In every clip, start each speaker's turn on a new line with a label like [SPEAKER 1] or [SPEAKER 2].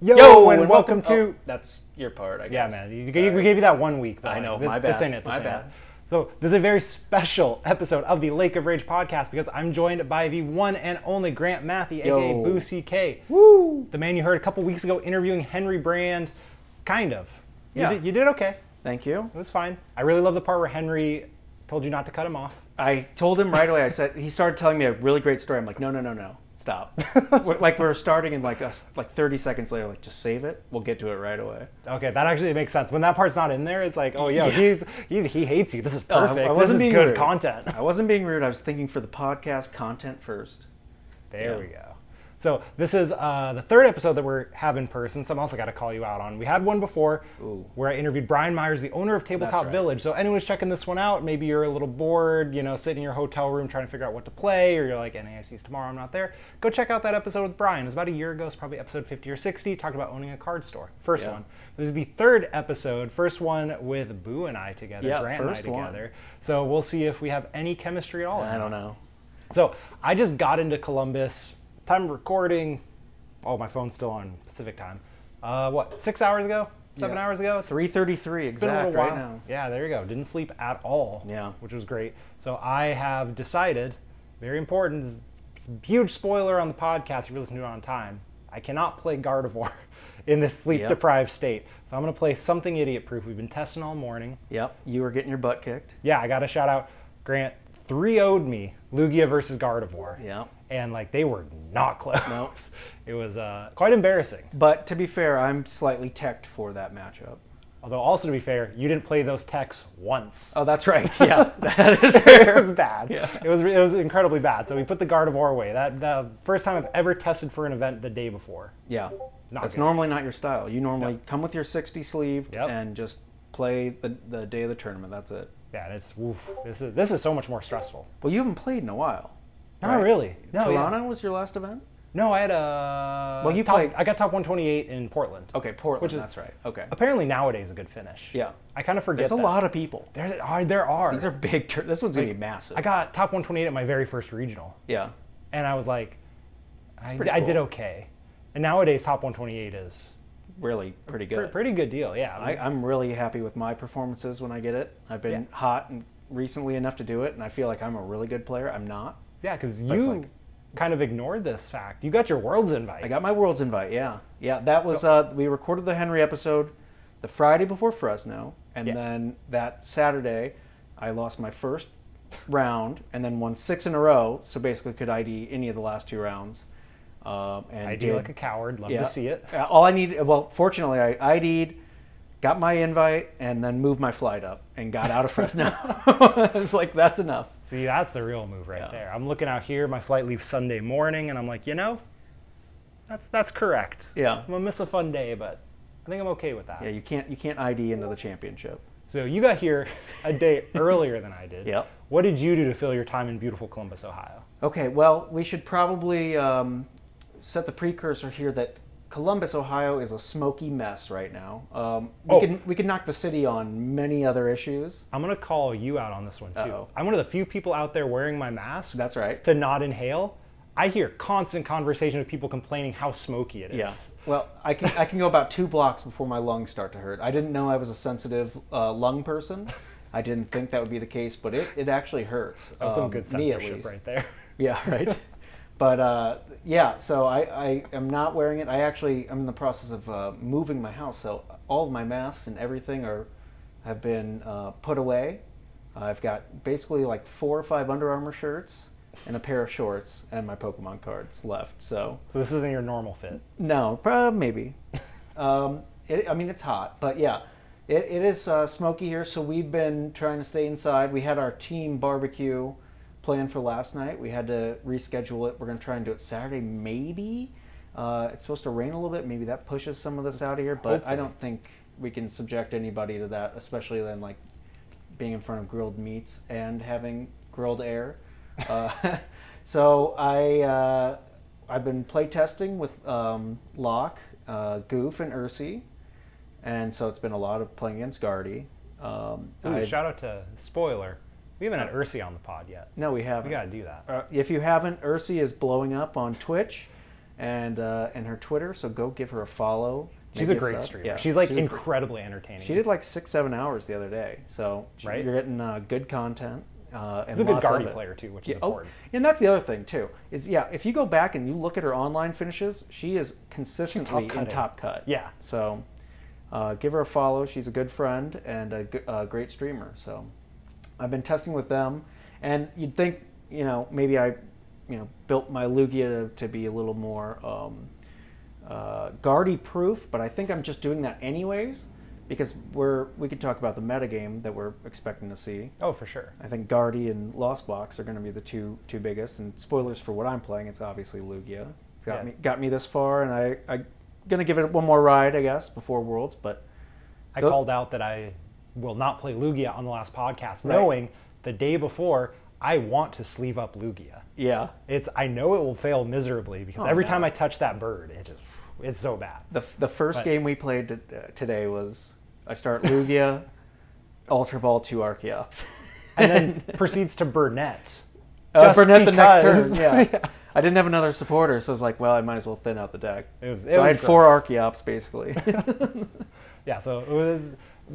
[SPEAKER 1] Yo, and, welcome, to.
[SPEAKER 2] oh, that's your part, I
[SPEAKER 1] yeah,
[SPEAKER 2] guess.
[SPEAKER 1] man. You,
[SPEAKER 2] Sorry.
[SPEAKER 1] we gave you that one week. but
[SPEAKER 2] I know,
[SPEAKER 1] thi-
[SPEAKER 2] my
[SPEAKER 1] This
[SPEAKER 2] bad,
[SPEAKER 1] ain't it. This
[SPEAKER 2] my
[SPEAKER 1] ain't
[SPEAKER 2] bad.
[SPEAKER 1] It. So, this is a very special episode of the Lake of Rage podcast because I'm joined by the one and only Grant Matthew, aka
[SPEAKER 2] Yo.
[SPEAKER 1] Boo CK.
[SPEAKER 2] Woo!
[SPEAKER 1] The man you heard a couple weeks ago interviewing Henry Brand. Kind of. You,
[SPEAKER 2] Yeah.
[SPEAKER 1] did, you did okay.
[SPEAKER 2] Thank you.
[SPEAKER 1] It was fine. I really love the part where Henry told you not to cut him off.
[SPEAKER 2] I told him right away. I said he started telling me a really great story. I'm like, no, no, no, no, stop. We're- like we're starting, and like us, like 30 seconds later, like just save it. We'll get to it right away.
[SPEAKER 1] Okay, that actually makes sense. When that part's not in there, it's like, oh, yo,
[SPEAKER 2] Yeah.
[SPEAKER 1] he's, he, he hates you. This is
[SPEAKER 2] Oh, I- I
[SPEAKER 1] perfect. this
[SPEAKER 2] wasn't
[SPEAKER 1] is
[SPEAKER 2] being
[SPEAKER 1] good
[SPEAKER 2] rude.
[SPEAKER 1] content.
[SPEAKER 2] I wasn't being rude. I was thinking for the podcast content first.
[SPEAKER 1] There
[SPEAKER 2] Yeah.
[SPEAKER 1] we go. So this is uh, the third episode that we're have in person. Something else I got to call you out on. We had one before
[SPEAKER 2] Ooh.
[SPEAKER 1] where I interviewed Brian Myers, the owner of Tabletop
[SPEAKER 2] right.
[SPEAKER 1] Village. So anyone's checking this one out, maybe you're a little bored, you know, sitting in your hotel room trying to figure out what to play, or you're like NAIC's tomorrow, I'm not there. Go check out that episode with Brian. It was about a year ago. It's probably episode 50 or 60. Talked about owning a card store. First
[SPEAKER 2] Yeah.
[SPEAKER 1] one. This is the third episode. First one with Boo and I together.
[SPEAKER 2] Yeah,
[SPEAKER 1] Grant
[SPEAKER 2] first
[SPEAKER 1] and I
[SPEAKER 2] one.
[SPEAKER 1] together. So we'll see if we have any chemistry at all.
[SPEAKER 2] I don't know.
[SPEAKER 1] So I just got into Columbus. Time of recording. Oh, my phone's still on Pacific time. Uh, what? Six hours ago? Seven
[SPEAKER 2] Yeah.
[SPEAKER 1] hours ago?
[SPEAKER 2] 3:33
[SPEAKER 1] It's been a
[SPEAKER 2] exact
[SPEAKER 1] little while.
[SPEAKER 2] right now.
[SPEAKER 1] Yeah, there you go. Didn't sleep at all.
[SPEAKER 2] Yeah.
[SPEAKER 1] which was great. So I have decided, very important, this is a huge spoiler on the podcast. If you're listening to it on time, I cannot play Gardevoir in this sleep-deprived state. So I'm gonna play something idiot-proof. We've been testing all morning.
[SPEAKER 2] Yep, you were getting your butt kicked.
[SPEAKER 1] Yeah, I got to shout out Grant. Three would me Lugia versus Gardevoir
[SPEAKER 2] Yeah.
[SPEAKER 1] and like they were not close.
[SPEAKER 2] No.
[SPEAKER 1] It was uh, quite embarrassing.
[SPEAKER 2] But to be fair, I'm slightly teched for that matchup.
[SPEAKER 1] Although, also to be fair, you didn't play those techs once.
[SPEAKER 2] Oh, that's right. Yeah, that is
[SPEAKER 1] it
[SPEAKER 2] fair.
[SPEAKER 1] was bad.
[SPEAKER 2] Yeah.
[SPEAKER 1] It was it was incredibly bad. So we put the Gardevoir away. That the first time I've ever tested for an event the day before.
[SPEAKER 2] Yeah,
[SPEAKER 1] Not
[SPEAKER 2] that's
[SPEAKER 1] good.
[SPEAKER 2] normally not your style. You normally come with your 60 sleeve
[SPEAKER 1] Yep.
[SPEAKER 2] and just play the, the day of the tournament. That's it.
[SPEAKER 1] Yeah, and it's oof, this is this is so much more stressful.
[SPEAKER 2] Well, you haven't played in a while.
[SPEAKER 1] Not
[SPEAKER 2] Right.
[SPEAKER 1] really. No, Oh, yeah.
[SPEAKER 2] Toronto was your last event.
[SPEAKER 1] no, I had a
[SPEAKER 2] Well, you
[SPEAKER 1] top,
[SPEAKER 2] played-
[SPEAKER 1] I got top 128 in Portland.
[SPEAKER 2] Okay, Portland.
[SPEAKER 1] Which is-
[SPEAKER 2] that's right. Okay.
[SPEAKER 1] Apparently nowadays a good finish.
[SPEAKER 2] Yeah.
[SPEAKER 1] I kind of forget.
[SPEAKER 2] There's a
[SPEAKER 1] that.
[SPEAKER 2] lot of people.
[SPEAKER 1] There are there are.
[SPEAKER 2] These are big. Tur- this one's gonna be massive.
[SPEAKER 1] I got top 128 at my very first regional.
[SPEAKER 2] yeah.
[SPEAKER 1] and I was like, I,
[SPEAKER 2] pretty
[SPEAKER 1] I did
[SPEAKER 2] cool.
[SPEAKER 1] okay. And nowadays, top 128 is
[SPEAKER 2] Really pretty
[SPEAKER 1] pr-
[SPEAKER 2] good.
[SPEAKER 1] pretty good deal. Yeah,
[SPEAKER 2] I, I'm really happy with my performances when I get it. I've been
[SPEAKER 1] Yeah.
[SPEAKER 2] hot and recently enough to do it, and I feel like I'm a really good player. I'm not.
[SPEAKER 1] yeah, because you
[SPEAKER 2] like-
[SPEAKER 1] kind of ignored this fact. You got your world's invite.
[SPEAKER 2] I got my world's invite. Yeah, yeah. That was uh, we recorded the Henry episode the Friday before Fresno, and
[SPEAKER 1] Yeah.
[SPEAKER 2] then that Saturday, I lost my first round, and then won six in a row. So basically, could ID any of the last two rounds. Um, and
[SPEAKER 1] I
[SPEAKER 2] did-
[SPEAKER 1] do like a coward. Love
[SPEAKER 2] yeah.
[SPEAKER 1] to see it.
[SPEAKER 2] Uh, All I need. Well, fortunately, I ID'd, got my invite, and then moved my flight up and got out of Fresno. I was like, that's enough.
[SPEAKER 1] See, that's the real move right there. I'm looking out here. My flight leaves Sunday morning, and I'm like, you know, that's that's correct.
[SPEAKER 2] Yeah.
[SPEAKER 1] I'm gonna miss a fun day, but I think I'm okay with that.
[SPEAKER 2] Yeah, you can't you can't ID into the championship.
[SPEAKER 1] So you got here a day earlier than I did.
[SPEAKER 2] Yep.
[SPEAKER 1] What did you do to fill your time in beautiful Columbus, Ohio?
[SPEAKER 2] Okay, well, we should probably um, set the precursor here that Columbus, Ohio, is a smoky mess right now. Um, we
[SPEAKER 1] Oh.
[SPEAKER 2] can we can knock the city on many other issues.
[SPEAKER 1] I'm gonna call you out on this one too.
[SPEAKER 2] Uh-oh.
[SPEAKER 1] I'm one of the few people out there wearing my mask
[SPEAKER 2] That's right.
[SPEAKER 1] to not inhale. I hear constant conversation of people complaining how smoky it is.
[SPEAKER 2] Yeah. Well, I can I can go about two blocks before my lungs start to hurt. I didn't know I was a sensitive uh, lung person. I didn't think that would be the case, but it, it actually hurts.
[SPEAKER 1] That was
[SPEAKER 2] um,
[SPEAKER 1] some good
[SPEAKER 2] me at
[SPEAKER 1] censorship
[SPEAKER 2] least.
[SPEAKER 1] right there.
[SPEAKER 2] Yeah, right. but uh, yeah, so I, I am not wearing it. I actually I'm in the process of uh, moving my house, so all of my masks and everything are have been uh, put away. I've got basically like four or five Under Armour shirts and a pair of shorts and my Pokemon cards left. So
[SPEAKER 1] So this isn't your normal fit.
[SPEAKER 2] no, prob maybe. um, it, I mean, it's hot, but yeah, it, it is uh, smoky here, so we've been trying to stay inside. We had our team barbecue planned for last night. We had to reschedule it. We're going to try and do it Saturday, maybe. Uh, it's supposed to rain a little bit. Maybe that pushes some of this out of here, but I
[SPEAKER 1] Hopefully.
[SPEAKER 2] don't think we can subject anybody to that, especially then like being in front of grilled meats and having grilled air. Uh, so I uh, I've been play testing with um, Locke, uh, Goof, and Ursi, and so it's been a lot of playing against Guardy. Um,
[SPEAKER 1] Ooh,
[SPEAKER 2] I-
[SPEAKER 1] shout out to spoiler. We haven't had Ursi on the pod yet.
[SPEAKER 2] no, we haven't.
[SPEAKER 1] We gotta do that.
[SPEAKER 2] Uh, if you haven't, Ursi is blowing up on Twitch. and uh, and her Twitter. So go give her a follow.
[SPEAKER 1] She's
[SPEAKER 2] Maybe
[SPEAKER 1] a great
[SPEAKER 2] sub.
[SPEAKER 1] streamer.
[SPEAKER 2] Yeah,
[SPEAKER 1] She's like
[SPEAKER 2] a gr-
[SPEAKER 1] incredibly entertaining.
[SPEAKER 2] She did like six, seven hours the other day. So she-
[SPEAKER 1] Right.
[SPEAKER 2] you're getting uh, good content. Uh, and
[SPEAKER 1] She's a good
[SPEAKER 2] lots of
[SPEAKER 1] Guardy
[SPEAKER 2] it.
[SPEAKER 1] player too, which
[SPEAKER 2] Yeah,
[SPEAKER 1] is
[SPEAKER 2] oh,
[SPEAKER 1] important.
[SPEAKER 2] and that's the other thing too. Is yeah, if you go back and you look at her online finishes, she is consistently in
[SPEAKER 1] cutting.
[SPEAKER 2] top cut.
[SPEAKER 1] Yeah.
[SPEAKER 2] So, uh, give her a follow. She's a good friend and a, g- a great streamer. So, I've been testing with them, and you'd think you know maybe I, you know, built my Lugia to, to be a little more um, uh, Guardy proof, but I think I'm just doing that anyways because we're we could talk about the metagame that we're expecting to see.
[SPEAKER 1] Oh, for sure.
[SPEAKER 2] I think Guardy and Lost Box are going to be the two two biggest. And spoilers for what I'm playing, it's obviously Lugia. It's got
[SPEAKER 1] Yeah.
[SPEAKER 2] me got me this far, and I I gonna give it one more ride, I guess, before Worlds. But
[SPEAKER 1] I
[SPEAKER 2] Tho-
[SPEAKER 1] called out that I will not play Lugia on the last podcast,
[SPEAKER 2] Right.
[SPEAKER 1] knowing the day before I want to sleeve up Lugia.
[SPEAKER 2] yeah,
[SPEAKER 1] It's I know it will fail miserably because
[SPEAKER 2] Oh,
[SPEAKER 1] every
[SPEAKER 2] no.
[SPEAKER 1] time I touch that bird, it just it's so bad.
[SPEAKER 2] the f- the first
[SPEAKER 1] But-
[SPEAKER 2] game we played t- uh, today was I start Lugia, Ultra Ball two Archeops,
[SPEAKER 1] And then proceeds to Burnett.
[SPEAKER 2] uh,
[SPEAKER 1] just
[SPEAKER 2] Burnett
[SPEAKER 1] because.
[SPEAKER 2] the next turn. Yeah. I didn't have another supporter, so I was like, well, I might as well thin out the deck.
[SPEAKER 1] It was- it
[SPEAKER 2] so I
[SPEAKER 1] was
[SPEAKER 2] had four
[SPEAKER 1] gross.
[SPEAKER 2] Archeops basically.
[SPEAKER 1] Yeah, so it was.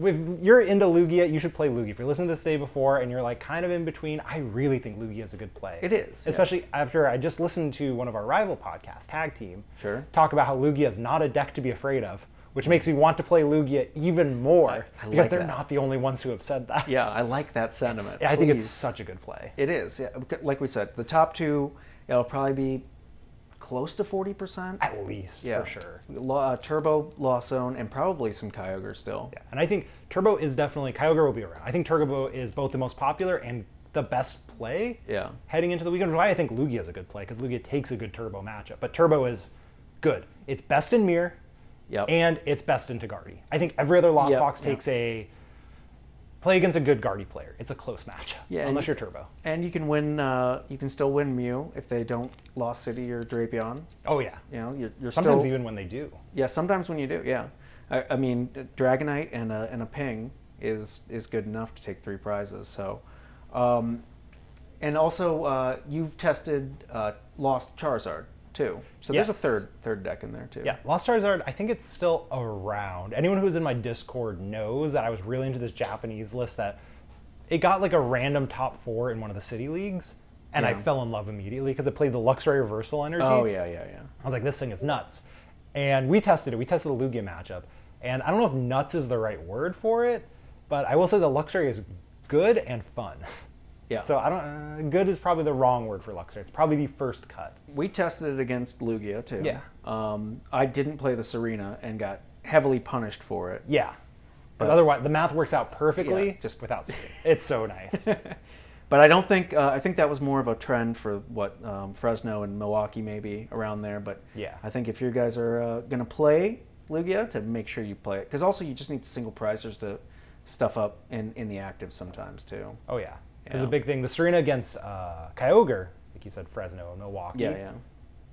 [SPEAKER 1] If you're into Lugia, you should play Lugia. If you're listening to this day before and you're like kind of in between, I really think Lugia is a good play.
[SPEAKER 2] It is, yeah.
[SPEAKER 1] especially after I just listened to one of our rival podcasts, Tag Team,
[SPEAKER 2] Sure.
[SPEAKER 1] talk about how Lugia is not a deck to be afraid of, which makes me want to play Lugia even more
[SPEAKER 2] I
[SPEAKER 1] because
[SPEAKER 2] like
[SPEAKER 1] they're
[SPEAKER 2] that.
[SPEAKER 1] not the only ones who have said that.
[SPEAKER 2] yeah, I like that sentiment.
[SPEAKER 1] I think it's
[SPEAKER 2] Please.
[SPEAKER 1] such a good play.
[SPEAKER 2] It is, yeah. Bec- Like we said, the top two, it'll probably be close to forty percent.
[SPEAKER 1] At least for sure.
[SPEAKER 2] uh, Turbo Lawzone and probably some Kyogre still.
[SPEAKER 1] Yeah, and I think Turbo is definitely Kyogre will be around. I think Turbo is both the most popular and the best play.
[SPEAKER 2] Yeah.
[SPEAKER 1] Heading into the weekend, which is why I think Lugia is a good play because Lugia takes a good Turbo matchup. But Turbo is good. It's best in Mirror,
[SPEAKER 2] Yep.
[SPEAKER 1] and it's best in Tegardi. I think every other Lost
[SPEAKER 2] Yep,
[SPEAKER 1] Box
[SPEAKER 2] yep.
[SPEAKER 1] takes a play against a good Guardi player. It's a close matchup.
[SPEAKER 2] Yeah, and-
[SPEAKER 1] Unless you're Turbo.
[SPEAKER 2] and you can win. Uh, you can still win Mew if they don't Lost City or Drapion.
[SPEAKER 1] Oh yeah.
[SPEAKER 2] You know, you're, you're
[SPEAKER 1] Sometimes
[SPEAKER 2] still.
[SPEAKER 1] even when they do.
[SPEAKER 2] Yeah, sometimes when you do, yeah. I, I mean, Dragonite and a, and a ping is is good enough to take three prizes. So, um, and also uh, you've tested uh, Lost Charizard too. So there's a
[SPEAKER 1] Yes.
[SPEAKER 2] third third deck in there too.
[SPEAKER 1] Yeah, Lost Charizard, I think it's still around. Anyone who's in my Discord knows that I was really into this Japanese list that it got like a random top four in one of the city leagues, and I
[SPEAKER 2] Yeah.
[SPEAKER 1] fell in love immediately because it played the Luxray reversal energy.
[SPEAKER 2] Oh yeah, yeah, yeah.
[SPEAKER 1] I was like, this thing is nuts. And we tested it. We tested the Lugia matchup. And I don't know if nuts is the right word for it, but I will say the Luxray is good and fun.
[SPEAKER 2] Yeah.
[SPEAKER 1] So I don't, uh, good is probably the wrong word for Luxray. It's probably the first cut.
[SPEAKER 2] we tested it against Lugia too.
[SPEAKER 1] Yeah.
[SPEAKER 2] Um, I didn't play the Serena and got heavily punished for it.
[SPEAKER 1] Yeah. But otherwise, the math works out perfectly
[SPEAKER 2] Yeah,
[SPEAKER 1] just
[SPEAKER 2] just-
[SPEAKER 1] without speaking. It's so nice.
[SPEAKER 2] But I don't think uh, I think that was more of a trend for what um, Fresno and Milwaukee maybe around there. But
[SPEAKER 1] Yeah.
[SPEAKER 2] I think if you guys are uh, gonna play Lugia, to make sure you play it, because also you just need single prizers to stuff up in in the active sometimes too.
[SPEAKER 1] oh, yeah. It's
[SPEAKER 2] Yeah.
[SPEAKER 1] a big thing. The Serena against uh, Kyogre, like you said, Fresno, Milwaukee.
[SPEAKER 2] Yeah, yeah,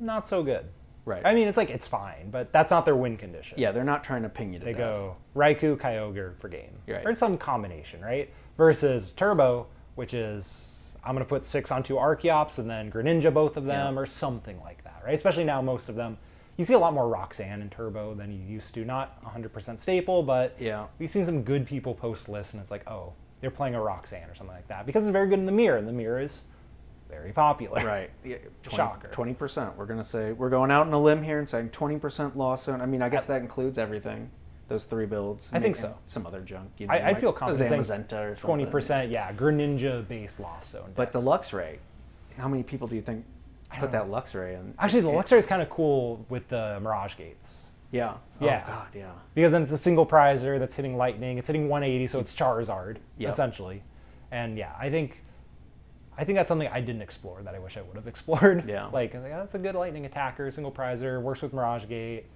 [SPEAKER 1] Not so good.
[SPEAKER 2] right.
[SPEAKER 1] I mean, it's like, it's fine, but that's not their win condition.
[SPEAKER 2] yeah, they're not trying to ping you to
[SPEAKER 1] They
[SPEAKER 2] death.
[SPEAKER 1] go Raikou, Kyogre for game.
[SPEAKER 2] Right.
[SPEAKER 1] Or some combination, right? Versus Turbo, which is I'm going to put six onto Archeops and then Greninja, both of them, or something like that, right? Especially now, most of them. You see a lot more Roxanne and Turbo than you used to. Not 100% staple, but
[SPEAKER 2] Yeah.
[SPEAKER 1] we've seen some good people post lists, and it's like, oh, they're playing a Roxanne or something like that because it's very good in the mirror, and the mirror is very popular.
[SPEAKER 2] Right.
[SPEAKER 1] Shocker.
[SPEAKER 2] Twenty percent. We're gonna say we're going out on a limb here and saying twenty percent loss zone. I mean, I guess that includes everything. Those three builds.
[SPEAKER 1] I think
[SPEAKER 2] Maybe- and
[SPEAKER 1] so.
[SPEAKER 2] Some other junk. You
[SPEAKER 1] I, I feel
[SPEAKER 2] like a
[SPEAKER 1] confident saying
[SPEAKER 2] Zamazenta or something.
[SPEAKER 1] 20%, yeah, Greninja based loss zone.
[SPEAKER 2] But the
[SPEAKER 1] decks.
[SPEAKER 2] Luxray, how many people do you think put that Luxray in?
[SPEAKER 1] Actually, the Luxray is kind of cool with the Mirage Gates
[SPEAKER 2] Yeah.
[SPEAKER 1] Yeah.
[SPEAKER 2] Oh God. Yeah.
[SPEAKER 1] because then it's a single prizer that's hitting lightning. It's hitting 180, so it's Charizard
[SPEAKER 2] Yep.
[SPEAKER 1] essentially. And yeah, I think I think that's something I didn't explore that I wish I would have explored.
[SPEAKER 2] Yeah.
[SPEAKER 1] like I was like, "Oh, that's a good lightning attacker, single prizer, works with Mirage Gate.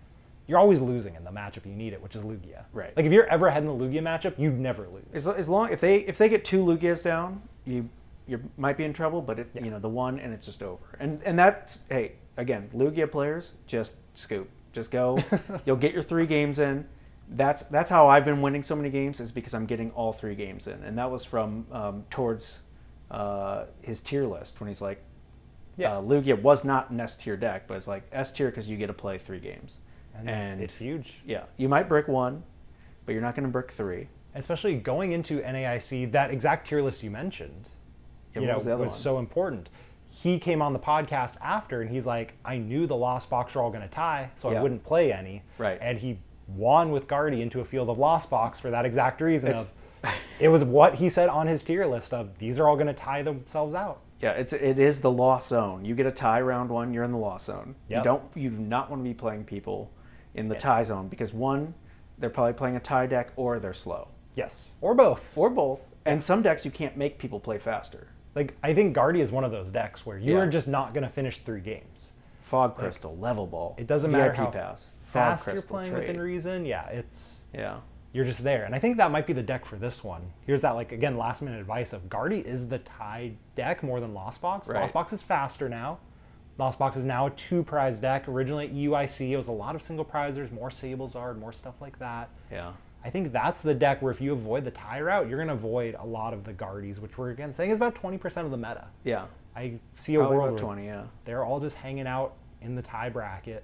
[SPEAKER 1] You're always losing in the matchup you need it, which is Lugia.
[SPEAKER 2] Right.
[SPEAKER 1] Like if you're ever ahead in the Lugia matchup, you'd never lose.
[SPEAKER 2] As, lo- as long if they if they get two Lugias down, you you might be in trouble. But it, you know the one and it's just over. And and that hey again Lugia players just scoop just go. You'll get your three games in. That's that's how I've been winning so many games is because I'm getting all three games in. And that was from um, towards uh, his tier list when he's like
[SPEAKER 1] Yeah.
[SPEAKER 2] Uh, Lugia was not an S tier deck, but it's like S tier because you get to play three games.
[SPEAKER 1] And,
[SPEAKER 2] And-
[SPEAKER 1] it's huge.
[SPEAKER 2] Yeah, you might brick one, but you're not going to brick three.
[SPEAKER 1] Especially going into NAIC, that exact tier list you mentioned,
[SPEAKER 2] Yeah,
[SPEAKER 1] you
[SPEAKER 2] what
[SPEAKER 1] know,
[SPEAKER 2] was the other
[SPEAKER 1] was
[SPEAKER 2] one?
[SPEAKER 1] so important. He came on the podcast after and he's like, I knew the Lost Box were all going to tie, so I
[SPEAKER 2] Yeah.
[SPEAKER 1] wouldn't play any.
[SPEAKER 2] Right.
[SPEAKER 1] And he won with Guardy into a field of Lost Box for that exact reason.
[SPEAKER 2] It's-
[SPEAKER 1] of, it was what he said on his tier list of these are all going to tie themselves out.
[SPEAKER 2] Yeah, it's it is the law zone. You get a tie round one, you're in the law zone.
[SPEAKER 1] Yep.
[SPEAKER 2] You don't you do not want to be playing people in the tie zone because one, they're probably playing a tie deck or they're slow.
[SPEAKER 1] Yes. Or both.
[SPEAKER 2] Or both. And some decks you can't make people play faster.
[SPEAKER 1] Like I think Guardy is one of those decks where you
[SPEAKER 2] Yeah.
[SPEAKER 1] are just not going to finish three games.
[SPEAKER 2] Fog crystal, level ball.
[SPEAKER 1] It doesn't
[SPEAKER 2] VIP
[SPEAKER 1] matter how
[SPEAKER 2] pass, fog
[SPEAKER 1] Fast you're
[SPEAKER 2] crystal
[SPEAKER 1] playing
[SPEAKER 2] trade.
[SPEAKER 1] within reason. Yeah, it's
[SPEAKER 2] Yeah.
[SPEAKER 1] you're just there. And I think that might be the deck for this one. Here's that like again last minute advice of Guardy is the tie deck more than Lost Box.
[SPEAKER 2] Right.
[SPEAKER 1] Lost Box is faster now. Lost Box is now a two prize deck. Originally at UIC it was a lot of single prizers, more Sablezard, more stuff like that.
[SPEAKER 2] Yeah.
[SPEAKER 1] I think that's the deck where if you avoid the tie route, you're gonna avoid a lot of the Guardies, which we're again saying is about twenty percent of the meta.
[SPEAKER 2] Yeah.
[SPEAKER 1] I see a
[SPEAKER 2] Probably
[SPEAKER 1] world
[SPEAKER 2] about
[SPEAKER 1] where
[SPEAKER 2] twenty, yeah.
[SPEAKER 1] they're all just hanging out in the tie bracket,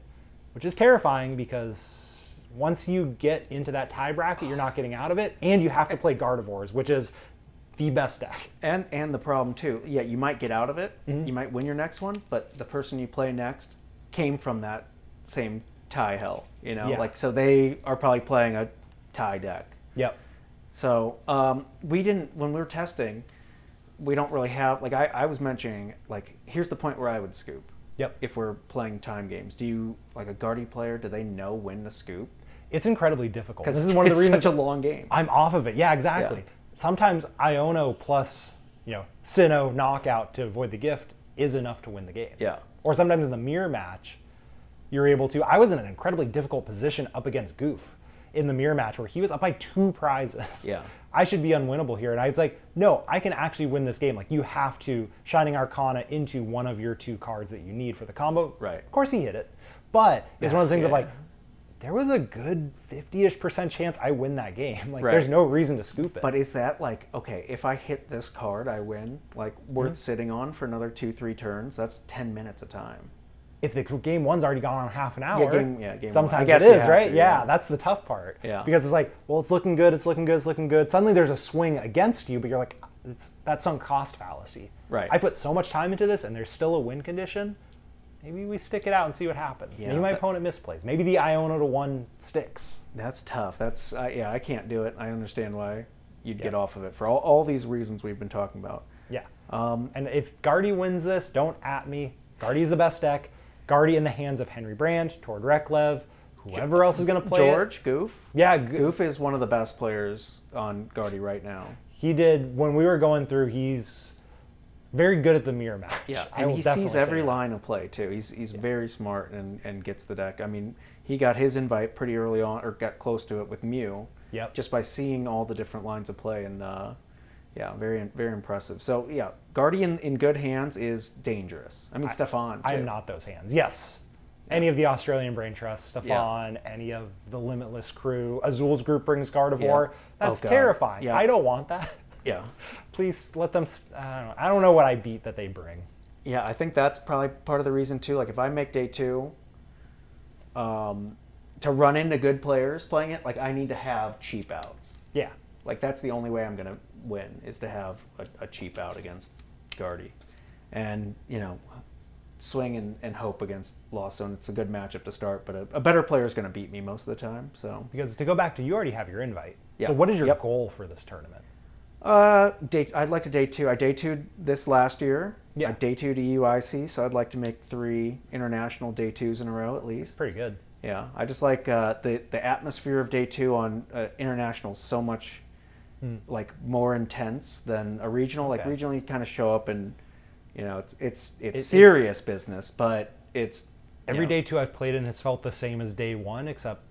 [SPEAKER 1] which is terrifying because once you get into that tie bracket, you're not getting out of it, and you have to play Gardevoirs, which is the best deck.
[SPEAKER 2] And and the problem too, yeah, you might get out of it, you might win your next one, but the person you play next came from that same tie hell, you know,
[SPEAKER 1] Yeah.
[SPEAKER 2] like so they are probably playing a tie deck.
[SPEAKER 1] Yep.
[SPEAKER 2] So um, we didn't when we were testing, we don't really have like I, I was mentioning like here's the point where I would scoop
[SPEAKER 1] Yep.
[SPEAKER 2] if we're playing time games. Do you like a Guardy player? Do they know when to scoop?
[SPEAKER 1] It's incredibly difficult.
[SPEAKER 2] Because
[SPEAKER 1] This is one of the reasons
[SPEAKER 2] such a long game.
[SPEAKER 1] I'm off of it. Yeah, exactly. Sometimes Iono plus, you know, Sinnoh knockout to avoid the gift is enough to win the game.
[SPEAKER 2] Yeah.
[SPEAKER 1] Or sometimes in the mirror match, you're able to. I was in an incredibly difficult position up against Goof in the mirror match where he was up by two prizes.
[SPEAKER 2] Yeah.
[SPEAKER 1] I should be unwinnable here. And I was like, no, I can actually win this game. Like, you have to Shining Arcana into one of your two cards that you need for the combo.
[SPEAKER 2] Right.
[SPEAKER 1] Of course, he hit it. But it's one of the things of
[SPEAKER 2] Yeah.
[SPEAKER 1] like, there was a good 50 ish percent chance I win that game. Like,
[SPEAKER 2] Right.
[SPEAKER 1] there's no reason to scoop it.
[SPEAKER 2] But is that like okay? If I hit this card, I win. Like worth
[SPEAKER 1] Mm-hmm.
[SPEAKER 2] sitting on for another two, three turns. That's ten minutes of time.
[SPEAKER 1] if the game one's already gone on half an hour,
[SPEAKER 2] game- yeah, game one. I
[SPEAKER 1] sometimes
[SPEAKER 2] guess
[SPEAKER 1] it
[SPEAKER 2] you
[SPEAKER 1] is,
[SPEAKER 2] have
[SPEAKER 1] right?
[SPEAKER 2] to,
[SPEAKER 1] yeah,
[SPEAKER 2] yeah.
[SPEAKER 1] that's the tough part.
[SPEAKER 2] Yeah.
[SPEAKER 1] Because it's like, well, it's looking good, it's looking good, it's looking good. Suddenly there's a swing against you, but you're like, it's, that's sunk cost fallacy.
[SPEAKER 2] Right.
[SPEAKER 1] I put so much time into this and there's still a win condition. Maybe we stick it out and see what happens.
[SPEAKER 2] Yeah,
[SPEAKER 1] Maybe my
[SPEAKER 2] but-
[SPEAKER 1] opponent misplays. Maybe the Iona to one sticks.
[SPEAKER 2] That's tough. That's I yeah. I can't do it. I understand why you'd get off of it for all, all these reasons we've been talking about.
[SPEAKER 1] Yeah.
[SPEAKER 2] Um,
[SPEAKER 1] And if Guardy wins this, don't at me. Guardy's the best deck. Guardy in the hands of Henry Brand, Tord Reklev, whoever else is going to play it.
[SPEAKER 2] George Goof.
[SPEAKER 1] Yeah, G-
[SPEAKER 2] Goof is one of the best players on Guardy right now.
[SPEAKER 1] he did when we were going through. He's very good at the mirror match. I
[SPEAKER 2] and
[SPEAKER 1] will
[SPEAKER 2] he
[SPEAKER 1] definitely
[SPEAKER 2] sees
[SPEAKER 1] say
[SPEAKER 2] every
[SPEAKER 1] that.
[SPEAKER 2] line of play too. He's he's very smart and and gets the deck. I mean, he got his invite pretty early on, or got close to it with Mew.
[SPEAKER 1] Yep.
[SPEAKER 2] Just by seeing all the different lines of play, and uh, yeah, very very impressive. So yeah, Guardian in good hands is dangerous. I mean, Stefan.
[SPEAKER 1] I am
[SPEAKER 2] too.
[SPEAKER 1] not those hands. Yes, any of the Australian Brain Trust,
[SPEAKER 2] Yeah.
[SPEAKER 1] Stefan, any of the Limitless crew, Azul's group brings Gardevoir.
[SPEAKER 2] Yeah.
[SPEAKER 1] That's
[SPEAKER 2] Oh, God.
[SPEAKER 1] terrifying.
[SPEAKER 2] Yeah.
[SPEAKER 1] I don't want that.
[SPEAKER 2] Yeah.
[SPEAKER 1] Please let them. s- I don't know. I don't know what I beat that they bring.
[SPEAKER 2] Yeah, I think that's probably part of the reason too. Like if I make day two, um, to run into good players playing it, like I need to have cheap outs.
[SPEAKER 1] Yeah.
[SPEAKER 2] Like that's the only way I'm gonna win is to have a, a cheap out against Guardy, and you know, swing and, and hope against Lawson. It's a good matchup to start, but a, a better player is gonna beat me most of the time. So
[SPEAKER 1] Because to go back to you already have your invite.
[SPEAKER 2] Yeah.
[SPEAKER 1] So what is your
[SPEAKER 2] Yep.
[SPEAKER 1] goal for this tournament?
[SPEAKER 2] Uh, day, I'd like to day two. I day two this last year.
[SPEAKER 1] Yeah.
[SPEAKER 2] I day two to UIC, so I'd like to make three international day twos in a row at least.
[SPEAKER 1] Pretty good.
[SPEAKER 2] Yeah, I just like uh, the the atmosphere of day two on uh, international is so much like more intense than a regional. Like
[SPEAKER 1] Hmm. Okay.
[SPEAKER 2] regional, you kind of show up and you know it's it's it's
[SPEAKER 1] It- it-
[SPEAKER 2] serious business, but it's
[SPEAKER 1] Every
[SPEAKER 2] you know,
[SPEAKER 1] day two I've played in has felt the same as day one, except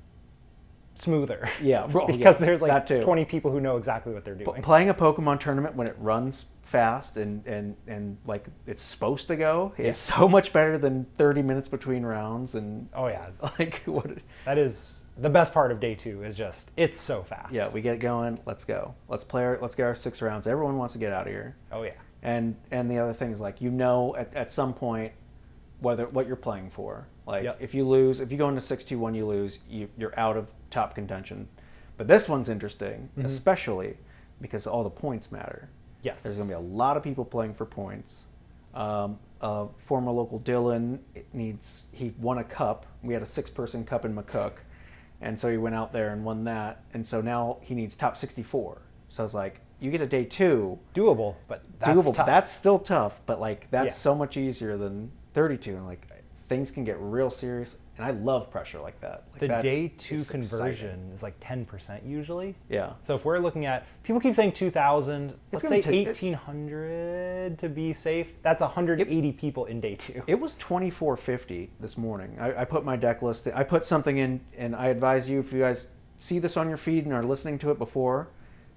[SPEAKER 1] smoother.
[SPEAKER 2] Yeah, well, yeah,
[SPEAKER 1] because there's like
[SPEAKER 2] that too.
[SPEAKER 1] 20 people who know exactly what they're doing.
[SPEAKER 2] playing a Pokemon tournament when it runs fast and and and like it's supposed to go is so much better than 30 minutes between rounds and
[SPEAKER 1] oh yeah,
[SPEAKER 2] like what
[SPEAKER 1] that is the best part of day two. Is just it's so fast.
[SPEAKER 2] yeah we get going let's go let's play our, let's get our six rounds everyone wants to get out of here
[SPEAKER 1] Oh yeah.
[SPEAKER 2] and and the other thing is like you know at, at some point whether what you're playing for. Like
[SPEAKER 1] Yep.
[SPEAKER 2] if you lose, if you go into six two one, you lose, you you're out of top contention. But this one's interesting, especially because all the points matter.
[SPEAKER 1] Yes.
[SPEAKER 2] There's going to be a lot of people playing for points. Um, uh, former local Dylan needs he won a cup. We had a six-person cup in McCook, and so he went out there and won that. And so now he needs top 64. So I was like, you get a day two,
[SPEAKER 1] doable, but that's
[SPEAKER 2] doable.
[SPEAKER 1] tough.
[SPEAKER 2] That's still tough, but like that's
[SPEAKER 1] Yeah.
[SPEAKER 2] so much easier than 32. And like things can get real serious, and I love pressure like that. Like,
[SPEAKER 1] the
[SPEAKER 2] that
[SPEAKER 1] day two
[SPEAKER 2] is exciting.
[SPEAKER 1] conversion is like ten percent usually.
[SPEAKER 2] Yeah.
[SPEAKER 1] So if we're looking at people keep saying two thousand, let's
[SPEAKER 2] gonna
[SPEAKER 1] say
[SPEAKER 2] take-
[SPEAKER 1] eighteen hundred to be safe. That's hundred and eighty people in day two.
[SPEAKER 2] It was twenty four fifty this morning. I, I put my deck list. I put something in, and I advise you if you guys see this on your feed and are listening to it before,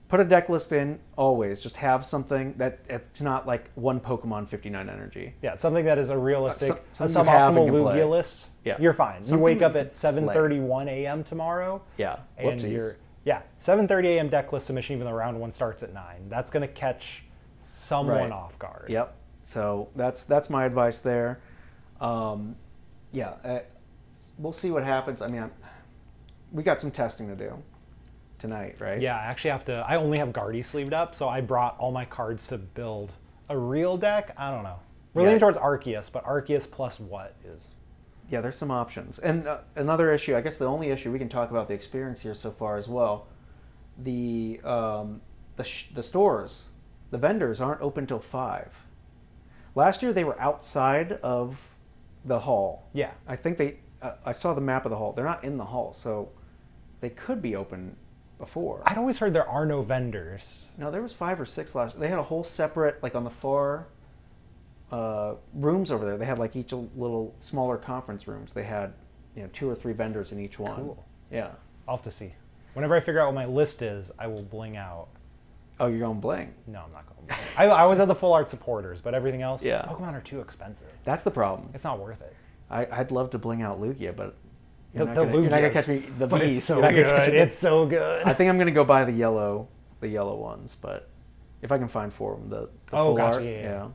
[SPEAKER 2] put a deck list in. Always just have something that it's not like one Pokemon fifty nine energy.
[SPEAKER 1] Yeah, something that is a realistic,
[SPEAKER 2] Uh, so-
[SPEAKER 1] a
[SPEAKER 2] something you have and
[SPEAKER 1] suboptimal
[SPEAKER 2] you play.
[SPEAKER 1] Lugia list.
[SPEAKER 2] Yeah.
[SPEAKER 1] you're fine.
[SPEAKER 2] Something
[SPEAKER 1] you wake
[SPEAKER 2] you
[SPEAKER 1] up
[SPEAKER 2] can
[SPEAKER 1] at 7:31 a.m. tomorrow.
[SPEAKER 2] Yeah.
[SPEAKER 1] and
[SPEAKER 2] Whoopsies.
[SPEAKER 1] you're yeah 7:30 a.m. deck list submission. Even though round one starts at nine, that's gonna catch someone
[SPEAKER 2] Right.
[SPEAKER 1] off guard.
[SPEAKER 2] Yep. So that's that's my advice there. Um, yeah, uh, we'll see what happens. I mean, I'm, we got some testing to do tonight, right?
[SPEAKER 1] Yeah, I actually have to. I only have Guardy sleeved up, so I brought all my cards to build a real deck. I don't know. We're
[SPEAKER 2] Yeah.
[SPEAKER 1] leaning towards Arceus, but Arceus plus what is?
[SPEAKER 2] yeah, there's some options. And uh, another issue, I guess the only issue we can talk about the experience here so far as well, the um, the sh- the stores, the vendors aren't open till five. Last year they were outside of the hall.
[SPEAKER 1] Yeah.
[SPEAKER 2] I think they. Uh, I saw the map of the hall. They're not in the hall, so they could be open before.
[SPEAKER 1] I'd always heard there are no vendors.
[SPEAKER 2] No, there was five or six last. They had a whole separate, like on the far uh, rooms over there. They had like each a little smaller conference rooms. They had, you know, two or three vendors in each one.
[SPEAKER 1] Cool.
[SPEAKER 2] Yeah.
[SPEAKER 1] I'll have to see. Whenever I figure out what my list is, I will bling out.
[SPEAKER 2] Oh, you're going bling.
[SPEAKER 1] No, I'm not going. to I, I always have the full art supporters, but everything else,
[SPEAKER 2] Yeah.
[SPEAKER 1] Pokemon are too expensive.
[SPEAKER 2] That's the problem.
[SPEAKER 1] It's not worth it.
[SPEAKER 2] I, I'd love to bling out Lugia, but
[SPEAKER 1] the
[SPEAKER 2] you're not
[SPEAKER 1] the
[SPEAKER 2] gonna, you're not gonna
[SPEAKER 1] Lugias,
[SPEAKER 2] catch me. The
[SPEAKER 1] but
[SPEAKER 2] V's.
[SPEAKER 1] it's so
[SPEAKER 2] You're not gonna catch
[SPEAKER 1] good.
[SPEAKER 2] me.
[SPEAKER 1] It's so good.
[SPEAKER 2] I think I'm gonna go buy the yellow, the yellow ones, but if I can find four of them, the, the
[SPEAKER 1] Oh,
[SPEAKER 2] full
[SPEAKER 1] gotcha,
[SPEAKER 2] art,
[SPEAKER 1] yeah, yeah, yeah.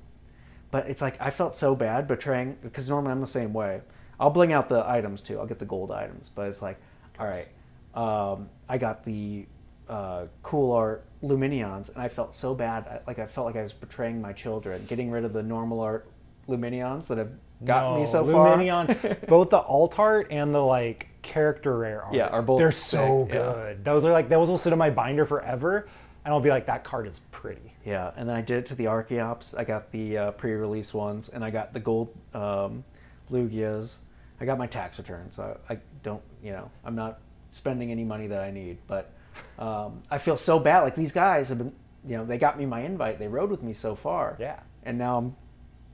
[SPEAKER 2] But it's like I felt so bad betraying because normally I'm the same way. I'll bling out the items too. I'll get the gold items, but it's like, all right, um, I got the uh, cool art Luminions, and I felt so bad. I, like I felt like I was betraying my children, getting rid of the normal art Luminions that have gotten me
[SPEAKER 1] No,
[SPEAKER 2] so far.
[SPEAKER 1] Luminion, both the alt art and the like character rare art.
[SPEAKER 2] Yeah, are both
[SPEAKER 1] They're
[SPEAKER 2] sick,
[SPEAKER 1] so
[SPEAKER 2] yeah.
[SPEAKER 1] good. Those are like those will sit in my binder forever, and I'll be like, that card is pretty.
[SPEAKER 2] Yeah, and then I did it to the Archeops. I got the uh, pre-release ones, and I got the gold um, Lugias. I got my tax return, so I, I don't, you know, I'm not spending any money that I need. But um, I feel so bad. Like these guys have been, you know, they got me my invite. They rode with me so far.
[SPEAKER 1] Yeah.
[SPEAKER 2] And now I'm,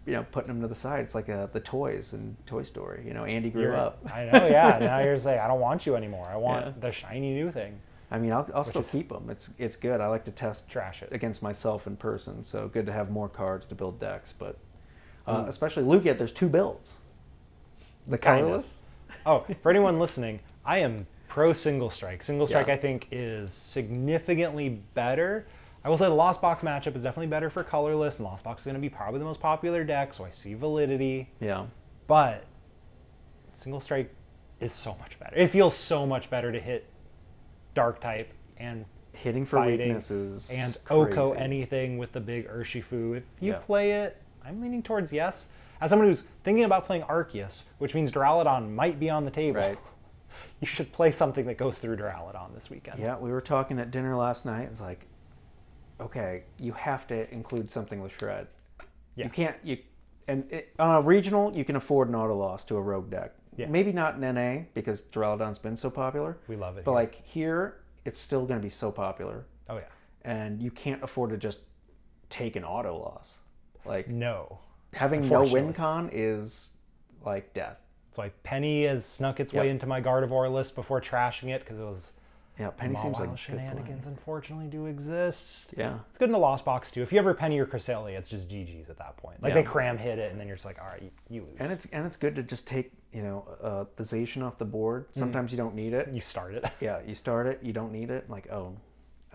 [SPEAKER 2] you know, putting them to the side. It's like uh, the toys in Toy Story. You know, Andy grew
[SPEAKER 1] You're-
[SPEAKER 2] up.
[SPEAKER 1] I know. Yeah. Now you're saying I don't want you anymore. I want
[SPEAKER 2] Yeah.
[SPEAKER 1] the shiny new thing.
[SPEAKER 2] I mean, I'll, I'll still keep 'em. keep them. It's it's good. I like to test
[SPEAKER 1] Trash it.
[SPEAKER 2] against myself in person. So good to have more cards to build decks. But uh,
[SPEAKER 1] Hmm.
[SPEAKER 2] especially Lugia, there's two builds. The
[SPEAKER 1] Kind of.
[SPEAKER 2] colorless.
[SPEAKER 1] Oh, for anyone listening, I am pro single strike. Single strike,
[SPEAKER 2] Yeah.
[SPEAKER 1] I think, is significantly better. I will say the Lost Box matchup is definitely better for colorless, and Lost Box is going to be probably the most popular deck, so I see validity.
[SPEAKER 2] Yeah.
[SPEAKER 1] But single strike is so much better. It feels so much better to hit dark type and
[SPEAKER 2] Hitting for
[SPEAKER 1] fighting
[SPEAKER 2] weaknesses
[SPEAKER 1] and
[SPEAKER 2] crazy.
[SPEAKER 1] Oko anything with the big Urshifu. If you
[SPEAKER 2] Yeah.
[SPEAKER 1] play it, I'm leaning towards yes. As someone who's thinking about playing Arceus, which means Duraludon might be on the table,
[SPEAKER 2] Right.
[SPEAKER 1] you should play something that goes through Duraludon this weekend.
[SPEAKER 2] Yeah, we were talking at dinner last night. It's like, okay, you have to include something with shred.
[SPEAKER 1] Yeah.
[SPEAKER 2] You can't you, and it, on a regional you can afford an auto loss to a rogue deck.
[SPEAKER 1] Yeah.
[SPEAKER 2] Maybe not in NA because Duraludon's been so popular.
[SPEAKER 1] We love it
[SPEAKER 2] But
[SPEAKER 1] here.
[SPEAKER 2] like here, it's still going to be so popular,
[SPEAKER 1] Oh yeah.
[SPEAKER 2] and you can't afford to just take an auto loss. Like
[SPEAKER 1] No.
[SPEAKER 2] having no
[SPEAKER 1] unfortunately.
[SPEAKER 2] win con is like death.
[SPEAKER 1] That's why Penny has snuck its way
[SPEAKER 2] Yep.
[SPEAKER 1] into my Gardevoir list before trashing it because it was
[SPEAKER 2] Yeah, Penny seems
[SPEAKER 1] Mawile
[SPEAKER 2] like a good plan.
[SPEAKER 1] shenanigans unfortunately do exist.
[SPEAKER 2] Yeah.
[SPEAKER 1] It's good in the lost box too. If you ever penny or Cresselia, it's just GG's at that point. Like
[SPEAKER 2] Yeah.
[SPEAKER 1] they cram hit it, and then you're just like, all right, you, you lose.
[SPEAKER 2] And it's and it's good to just take you know uh, the Mm. Zacian off the board. Sometimes you don't need it.
[SPEAKER 1] you start it.
[SPEAKER 2] Yeah, you start it, you don't need it. Like oh,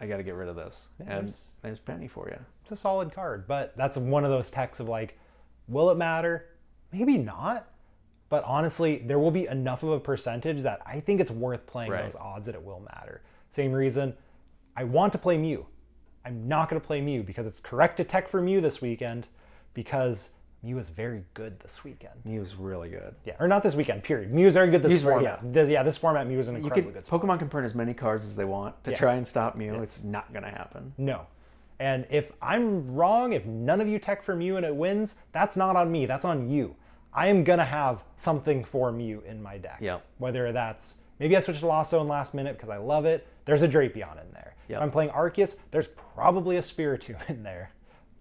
[SPEAKER 2] I got to get rid of this.
[SPEAKER 1] Yeah,
[SPEAKER 2] and
[SPEAKER 1] there's-
[SPEAKER 2] there's Penny for you.
[SPEAKER 1] It's a solid card, but that's one of those texts of like, will it matter? Maybe not. But honestly, there will be enough of a percentage that I think it's worth playing
[SPEAKER 2] Right.
[SPEAKER 1] those odds that it will matter. Same reason, I want to play Mew. I'm not going to play Mew because it's correct to tech for Mew this weekend because Mew is very good this weekend.
[SPEAKER 2] He was really good.
[SPEAKER 1] Yeah, or not this weekend, period. Mew is very good this
[SPEAKER 2] Mew's very-
[SPEAKER 1] format. This- yeah, this format, Mew is an
[SPEAKER 2] You
[SPEAKER 1] incredibly
[SPEAKER 2] can,
[SPEAKER 1] good
[SPEAKER 2] Pokemon can print as many cards as they want to try and stop Mew. It's not going to happen.
[SPEAKER 1] No. And if I'm wrong, if none of you tech for Mew and it wins, that's not on me. That's on you. I am gonna have something for Mew in my deck.
[SPEAKER 2] Yep.
[SPEAKER 1] Whether that's maybe I switch to Lasso in last minute because I love it. There's a Drapion in there.
[SPEAKER 2] Yep.
[SPEAKER 1] If I'm playing Arceus, there's probably a Spiritomb in there.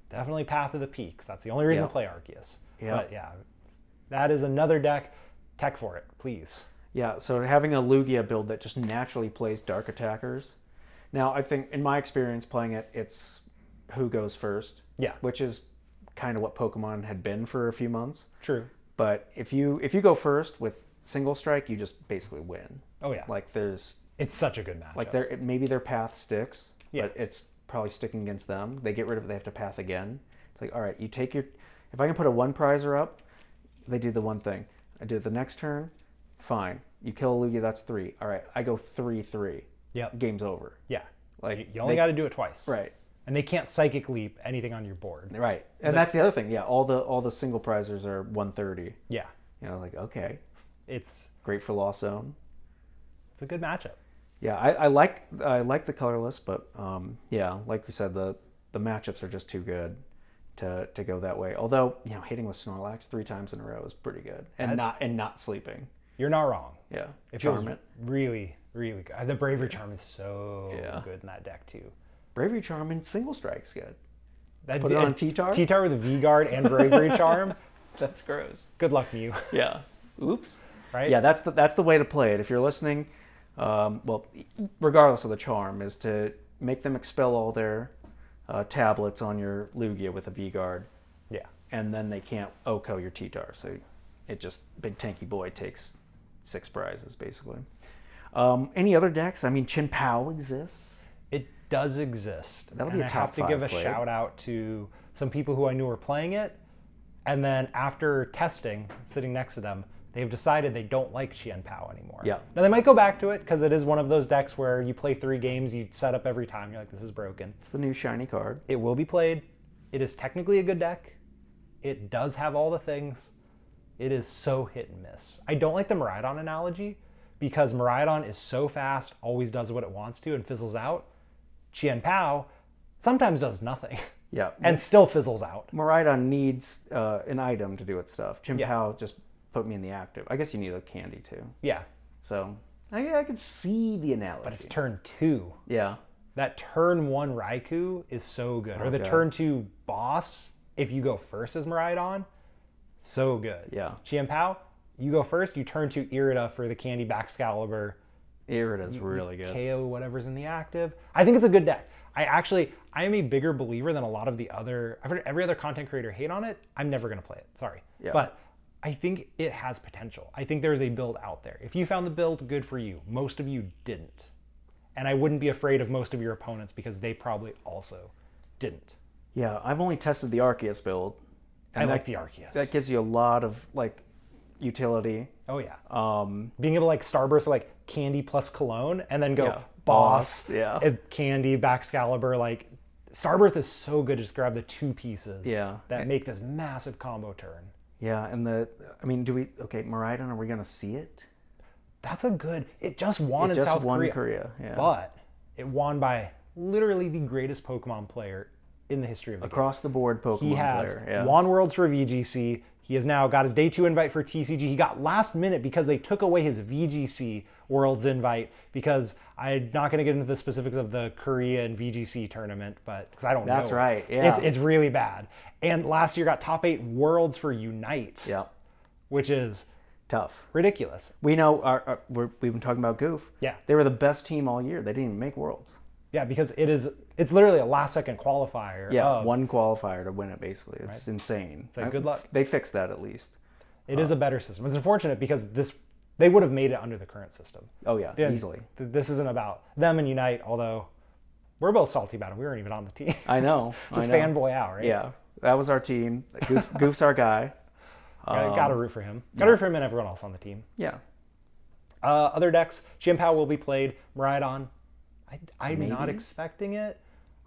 [SPEAKER 1] Definitely Path of the Peaks. That's the only reason
[SPEAKER 2] Yep.
[SPEAKER 1] to play Arceus.
[SPEAKER 2] Yep.
[SPEAKER 1] But yeah, that is another deck. Tech for it, please.
[SPEAKER 2] Yeah, so having a Lugia build that just naturally plays Dark Attackers. Now, I think in my experience playing it, it's who goes first.
[SPEAKER 1] Yeah.
[SPEAKER 2] Which is kind of what Pokemon had been for a few months.
[SPEAKER 1] True.
[SPEAKER 2] But if you if you go first with single strike, you just basically win.
[SPEAKER 1] Oh yeah.
[SPEAKER 2] Like there's
[SPEAKER 1] it's such a good matchup.
[SPEAKER 2] like their maybe their path sticks,
[SPEAKER 1] Yeah.
[SPEAKER 2] but it's probably sticking against them. They get rid of it, they have to path again. It's like, all right, you take your if I can put a one prizer up, they do the one thing. I do it the next turn, fine. You kill a Lugia, that's three. All right, I go three three.
[SPEAKER 1] Yep.
[SPEAKER 2] Game's over.
[SPEAKER 1] yeah.
[SPEAKER 2] Like
[SPEAKER 1] You only
[SPEAKER 2] they-
[SPEAKER 1] got to do it twice.
[SPEAKER 2] right,
[SPEAKER 1] and they can't psychic leap anything on your board.
[SPEAKER 2] right, and that's the other thing. Yeah, all the all the single prizers are one thirty.
[SPEAKER 1] Yeah,
[SPEAKER 2] You know, like okay,
[SPEAKER 1] it's
[SPEAKER 2] great for loss zone.
[SPEAKER 1] it's a good matchup.
[SPEAKER 2] Yeah, I, I like I like the colorless, but um, yeah, like we said, the the matchups are just too good to to go that way. Although you know, hitting with Snorlax three times in a row is pretty good, and not and not sleeping.
[SPEAKER 1] You're not wrong.
[SPEAKER 2] Yeah,
[SPEAKER 1] It feels
[SPEAKER 2] Charmant,
[SPEAKER 1] really, really good. The bravery charm is so
[SPEAKER 2] Yeah.
[SPEAKER 1] good in that deck too.
[SPEAKER 2] bravery charm and single strike's good.
[SPEAKER 1] That
[SPEAKER 2] Put it on T-Tar?
[SPEAKER 1] T-Tar with a V guard and bravery charm.
[SPEAKER 2] That's gross.
[SPEAKER 1] Good luck, Mew.
[SPEAKER 2] Yeah. Oops.
[SPEAKER 1] Right?
[SPEAKER 2] Yeah, that's the that's the way to play it. If you're listening, um, well, regardless of the charm, is to make them expel all their uh, tablets on your Lugia with a V guard.
[SPEAKER 1] Yeah,
[SPEAKER 2] and then they can't OCO your T-Tar. So it just big tanky boy takes six prizes basically. Um, any other decks? I mean, Chin Pao exists.
[SPEAKER 1] it does exist.
[SPEAKER 2] That'll be
[SPEAKER 1] and
[SPEAKER 2] a
[SPEAKER 1] I
[SPEAKER 2] top
[SPEAKER 1] have to give
[SPEAKER 2] five
[SPEAKER 1] a
[SPEAKER 2] play.
[SPEAKER 1] shout out to some people who I knew were playing it, and then after testing, sitting next to them. They've decided they don't like Qian Pao anymore.
[SPEAKER 2] Yeah.
[SPEAKER 1] Now they might go back to it because it is one of those decks where you play three games, you set up every time. You're like, this is broken.
[SPEAKER 2] It's the new shiny card.
[SPEAKER 1] It will be played. It is technically a good deck. It does have all the things. It is so hit and miss. I don't like the Maridon analogy because Maridon is so fast, always does what it wants to, and fizzles out. Qian Pao sometimes does nothing
[SPEAKER 2] Yeah, and
[SPEAKER 1] and still fizzles out.
[SPEAKER 2] Maridon needs uh, an item to do its stuff. Chin Pao just put me in the active. I guess you need a candy too.
[SPEAKER 1] Yeah,
[SPEAKER 2] So I, I could see the analogy.
[SPEAKER 1] it's turn two.
[SPEAKER 2] yeah,
[SPEAKER 1] That turn one Raikou is so good. or the
[SPEAKER 2] Oh, God.
[SPEAKER 1] turn two boss, if you go first as Maridon, so good.
[SPEAKER 2] yeah.
[SPEAKER 1] Qian Pao, you go first. You turn to Irida for the Candy Baxcalibur
[SPEAKER 2] Irida's
[SPEAKER 1] Mm-hmm.
[SPEAKER 2] really good.
[SPEAKER 1] KO whatever's in the active. I think it's a good deck. I actually, I am a bigger believer than a lot of the other. I've heard every other content creator hate on it. I'm never gonna play it. Sorry,
[SPEAKER 2] Yeah.
[SPEAKER 1] but I think it has potential. I think there is a build out there. If you found the build, good for you. Most of you didn't, and I wouldn't be afraid of most of your opponents because they probably also didn't.
[SPEAKER 2] Yeah, I've only tested the Arceus build.
[SPEAKER 1] I
[SPEAKER 2] And
[SPEAKER 1] like
[SPEAKER 2] that,
[SPEAKER 1] the Arceus.
[SPEAKER 2] That gives you a lot of like utility.
[SPEAKER 1] oh yeah,
[SPEAKER 2] Um,
[SPEAKER 1] being able to like starburst like candy plus cologne and then go
[SPEAKER 2] Yeah.
[SPEAKER 1] boss,
[SPEAKER 2] Boss, yeah.
[SPEAKER 1] and candy backscalibur like starburst is so good just grab the two pieces
[SPEAKER 2] Yeah.
[SPEAKER 1] that make this massive combo turn
[SPEAKER 2] Yeah, and the I mean, do we okay, Maridon? Are we gonna see it?
[SPEAKER 1] that's a good it just won in
[SPEAKER 2] Just
[SPEAKER 1] south
[SPEAKER 2] one
[SPEAKER 1] korea,
[SPEAKER 2] Korea. yeah.
[SPEAKER 1] but it won by literally the greatest pokemon player in the history of the game.
[SPEAKER 2] Across the board Pokemon
[SPEAKER 1] he has
[SPEAKER 2] player. Yeah.
[SPEAKER 1] won worlds for VGC. He has now got his day two invite for TCG. He got last minute because they took away his VGC worlds invite because I'm not going to get into the specifics of the Korea and VGC tournament, but because I don't know.
[SPEAKER 2] That's
[SPEAKER 1] it.
[SPEAKER 2] right, yeah.
[SPEAKER 1] It's, it's really bad. And last year got top eight worlds for Unite,
[SPEAKER 2] yeah.
[SPEAKER 1] which is
[SPEAKER 2] Tough.
[SPEAKER 1] ridiculous.
[SPEAKER 2] We know our, our we're, we've been talking about Goof.
[SPEAKER 1] Yeah.
[SPEAKER 2] They were the best team all year. They didn't even make Worlds.
[SPEAKER 1] Yeah, because it is it's literally a last second qualifier. Uh,
[SPEAKER 2] Yeah.
[SPEAKER 1] of-
[SPEAKER 2] one qualifier to win it basically. It's insane.
[SPEAKER 1] Oh. like,
[SPEAKER 2] I-
[SPEAKER 1] good luck.
[SPEAKER 2] They fixed that at least.
[SPEAKER 1] it is a better system. It's unfortunate because this they would have made it under the current system.
[SPEAKER 2] Oh yeah,
[SPEAKER 1] Yeah,
[SPEAKER 2] easily.
[SPEAKER 1] th- this isn't about them and Unite, although We're both salty about it. We weren't even on the team.
[SPEAKER 2] I know.
[SPEAKER 1] Just
[SPEAKER 2] I know.
[SPEAKER 1] fanboy out, right?
[SPEAKER 2] Yeah, that was our team. Goof, Goof's our guy.
[SPEAKER 1] Gotta,
[SPEAKER 2] Um,
[SPEAKER 1] gotta root for him. Gotta root for him and everyone else on the team.
[SPEAKER 2] Yeah.
[SPEAKER 1] Uh, other decks, Jimpao will be played. Maridon, I, I'm not
[SPEAKER 2] Maybe.
[SPEAKER 1] expecting it.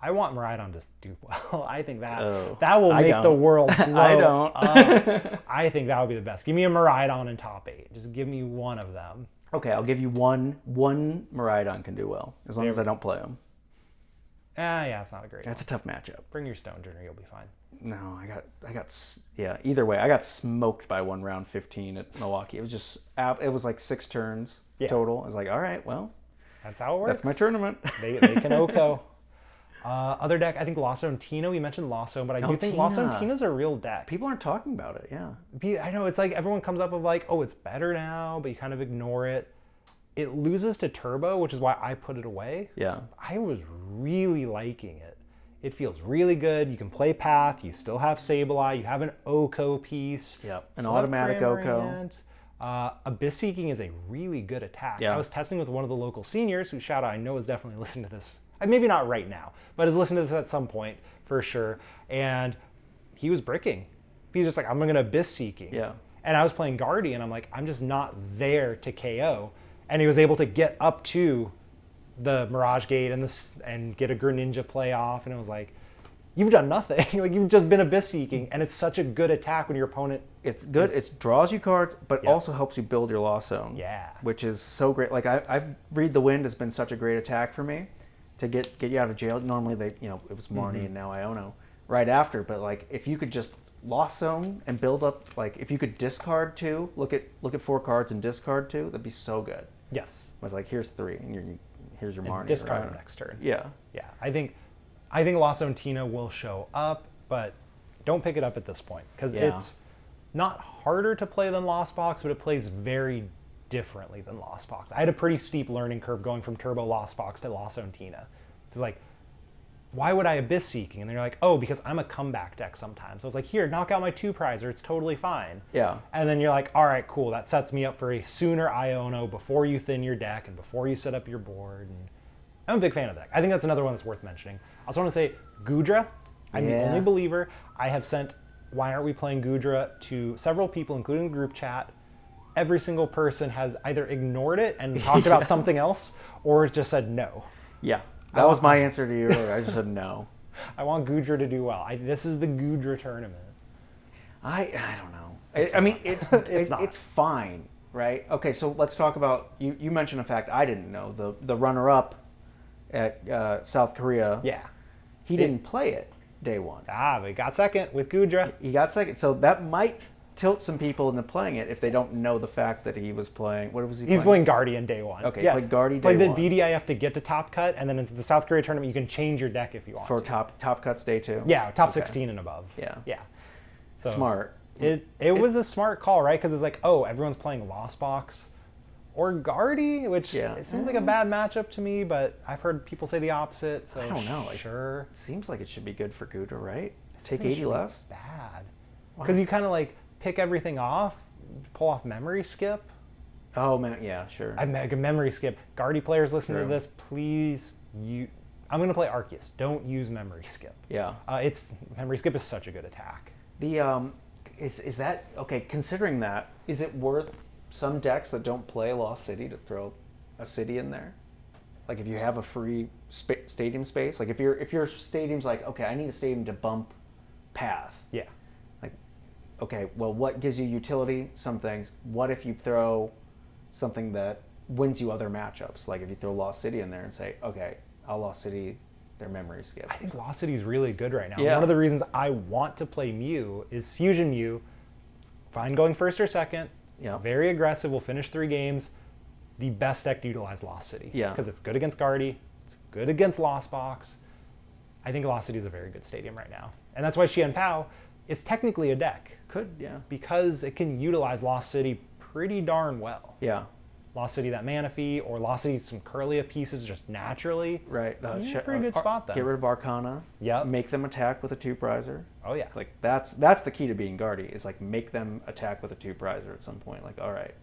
[SPEAKER 1] I want Maridon to do well. I think that
[SPEAKER 2] Oh,
[SPEAKER 1] that will
[SPEAKER 2] I
[SPEAKER 1] make the
[SPEAKER 2] don't.
[SPEAKER 1] world blow
[SPEAKER 2] I don't.
[SPEAKER 1] uh, up. I think that would be the best. Give me a Maridon in top eight. Just give me one of them.
[SPEAKER 2] Okay, I'll give you one. One Maridon can do well as long as I don't play him.
[SPEAKER 1] Ah, yeah, it's not a great.
[SPEAKER 2] That's a tough matchup.
[SPEAKER 1] Bring your Stone Junior, you'll be fine.
[SPEAKER 2] No, I got, I got, s- yeah. Either way, I got smoked by one round fifteen at Milwaukee. It was just, ab- it was like six turns
[SPEAKER 1] Yeah.
[SPEAKER 2] total. I was like, all right, well,
[SPEAKER 1] That's how it works.
[SPEAKER 2] that's my tournament.
[SPEAKER 1] They, they can Oko. Uh, other deck, I think Lasso and Tino. We mentioned Lasso, but I do think Lasso and
[SPEAKER 2] Tina.
[SPEAKER 1] Tino's a real deck.
[SPEAKER 2] People aren't talking about it. Yeah,
[SPEAKER 1] be- I know it's like everyone comes up with like, oh, it's better now, but you kind of ignore it. It loses to turbo, which is why I put it away.
[SPEAKER 2] yeah.
[SPEAKER 1] I was really liking it. It feels really good. You can play path. You still have Sableye. You have an Oko piece.
[SPEAKER 2] Yep, an
[SPEAKER 1] Still have
[SPEAKER 2] automatic Oko.
[SPEAKER 1] Cramorant. Uh, Abyss Seeking is a really good attack.
[SPEAKER 2] Yeah.
[SPEAKER 1] I was testing with one of the local seniors, who shout out, I know is definitely listening to this. uh, Maybe not right now, but has listened to this at some point for sure. And he was bricking. He's just like, I'm gonna Abyss Seeking.
[SPEAKER 2] Yeah.
[SPEAKER 1] And I was playing Guardian. I'm like, I'm just not there to KO. And he was able to get up to the Mirage Gate and the s- and get a Greninja play off, and it was like, you've done nothing. like you've just been abyss seeking, and it's such a good attack when your opponent.
[SPEAKER 2] It's good. It draws you cards, but
[SPEAKER 1] Yeah.
[SPEAKER 2] also helps you build your loss zone.
[SPEAKER 1] Yeah.
[SPEAKER 2] which is so great. Like I, I've read the wind has been such a great attack for me to get get you out of jail. Normally they, you know, it was Marnie
[SPEAKER 1] Mm-hmm.
[SPEAKER 2] and now Iono right after. But like if you could just loss zone and build up, like if you could discard two, look at look at four cards and discard two, that'd be so good.
[SPEAKER 1] Yes,
[SPEAKER 2] It was like here's three and you're, here's your Marnie. or
[SPEAKER 1] discard
[SPEAKER 2] Iono.
[SPEAKER 1] next turn.
[SPEAKER 2] Yeah,
[SPEAKER 1] Yeah, I think, I think Lasso and Tina will show up, but don't pick it up at this point because
[SPEAKER 2] Yeah.
[SPEAKER 1] it's not harder to play than Lost Box, but it plays very differently than Lost Box. I had a pretty steep learning curve going from Turbo Lost Box to Lasso and Tina. It's like, why would I Abyss Seeking? And they're like, oh, because I'm a comeback deck sometimes. So it's like, here, knock out my two prizer. It's totally fine.
[SPEAKER 2] yeah.
[SPEAKER 1] And then you're like, all right, cool. That sets me up for a sooner Iono before you thin your deck and before you set up your board. And I'm a big fan of that. I think that's another one that's worth mentioning. I also want to say Gudra. I'm the
[SPEAKER 2] Yeah.
[SPEAKER 1] only believer. I have sent Why Aren't We Playing Gudra to several people, including the group chat. Every single person has either ignored it and talked about something else or just said no.
[SPEAKER 2] Yeah, that was my answer to you. I just said no.
[SPEAKER 1] I want Gudra to do well. I, this is the Gudra tournament.
[SPEAKER 2] I I don't know. I, I mean, it's it's,
[SPEAKER 1] not.
[SPEAKER 2] it's fine, right? Okay, so let's talk about you. You mentioned a fact I didn't know. The the runner up at uh, South Korea.
[SPEAKER 1] Yeah.
[SPEAKER 2] he didn't play it day one.
[SPEAKER 1] Ah, but he got second with Gudra.
[SPEAKER 2] He got second, so that might tilt some people into playing it if they don't know the fact that he was playing. What was he?
[SPEAKER 1] He's
[SPEAKER 2] playing?
[SPEAKER 1] playing Guardian day one.
[SPEAKER 2] Okay, played Guardian
[SPEAKER 1] Played
[SPEAKER 2] day
[SPEAKER 1] the
[SPEAKER 2] one.
[SPEAKER 1] BDIF to get to top cut, and then in the South Korea tournament, you can change your deck if you want.
[SPEAKER 2] for
[SPEAKER 1] to.
[SPEAKER 2] top top cuts day two.
[SPEAKER 1] yeah, top
[SPEAKER 2] Okay.
[SPEAKER 1] 16 and above.
[SPEAKER 2] Yeah.
[SPEAKER 1] Yeah. So
[SPEAKER 2] Smart.
[SPEAKER 1] It, it was a smart call, right? Because it's like, oh, everyone's playing Lost Box or Guardi, which
[SPEAKER 2] Yeah.
[SPEAKER 1] it seems like a bad matchup to me, but I've heard people say the opposite. So
[SPEAKER 2] I don't know, like-
[SPEAKER 1] Sure.
[SPEAKER 2] Seems like it should be good for Gudra, right?
[SPEAKER 1] I
[SPEAKER 2] Take
[SPEAKER 1] think it
[SPEAKER 2] eighty
[SPEAKER 1] should be
[SPEAKER 2] less.
[SPEAKER 1] Bad. Because you kind of like pick everything off, pull off memory skip.
[SPEAKER 2] Oh man, yeah, sure.
[SPEAKER 1] I make a memory skip. Guardy players listening
[SPEAKER 2] True.
[SPEAKER 1] to this, please you I'm gonna play Arceus. Don't use memory skip.
[SPEAKER 2] yeah.
[SPEAKER 1] Uh, it's memory skip is such a good attack.
[SPEAKER 2] The um, is is that okay? Considering that, is it worth some decks that don't play Lost City to throw a city in there? Like if you have a free spa- stadium space, like if your if your stadium's like okay, I need a stadium to bump path.
[SPEAKER 1] Yeah.
[SPEAKER 2] Like, okay, well, what gives you utility? Some things. What if you throw something that wins you other matchups? Like if you throw Lost City in there and say, okay, I'll Lost City their memory skip.
[SPEAKER 1] I think Lost City's really good right now.
[SPEAKER 2] Yeah.
[SPEAKER 1] One of the reasons I want to play Mew is Fusion Mew. Fine going first or second.
[SPEAKER 2] Yeah.
[SPEAKER 1] Very aggressive, will finish three games. The best deck to utilize Lost City.
[SPEAKER 2] Yeah.
[SPEAKER 1] Because it's good against Guardy, it's good against Lost Box. I think Lost City is a very good stadium right now. And that's why Xian Pao is technically a deck.
[SPEAKER 2] Could yeah
[SPEAKER 1] because it can utilize Lost City pretty darn well.
[SPEAKER 2] yeah
[SPEAKER 1] Lost City that mana fee, or Lost City some Curlia pieces just naturally.
[SPEAKER 2] Right. Uh,
[SPEAKER 1] He's in a
[SPEAKER 2] sh-
[SPEAKER 1] pretty
[SPEAKER 2] uh,
[SPEAKER 1] good
[SPEAKER 2] Ar-
[SPEAKER 1] spot though.
[SPEAKER 2] Get rid of Arcana.
[SPEAKER 1] Yep.
[SPEAKER 2] Make them attack with a two prizer.
[SPEAKER 1] oh yeah,
[SPEAKER 2] Like that's that's the key to being Guardy is like make them attack with a two prizer at some point. Like all right,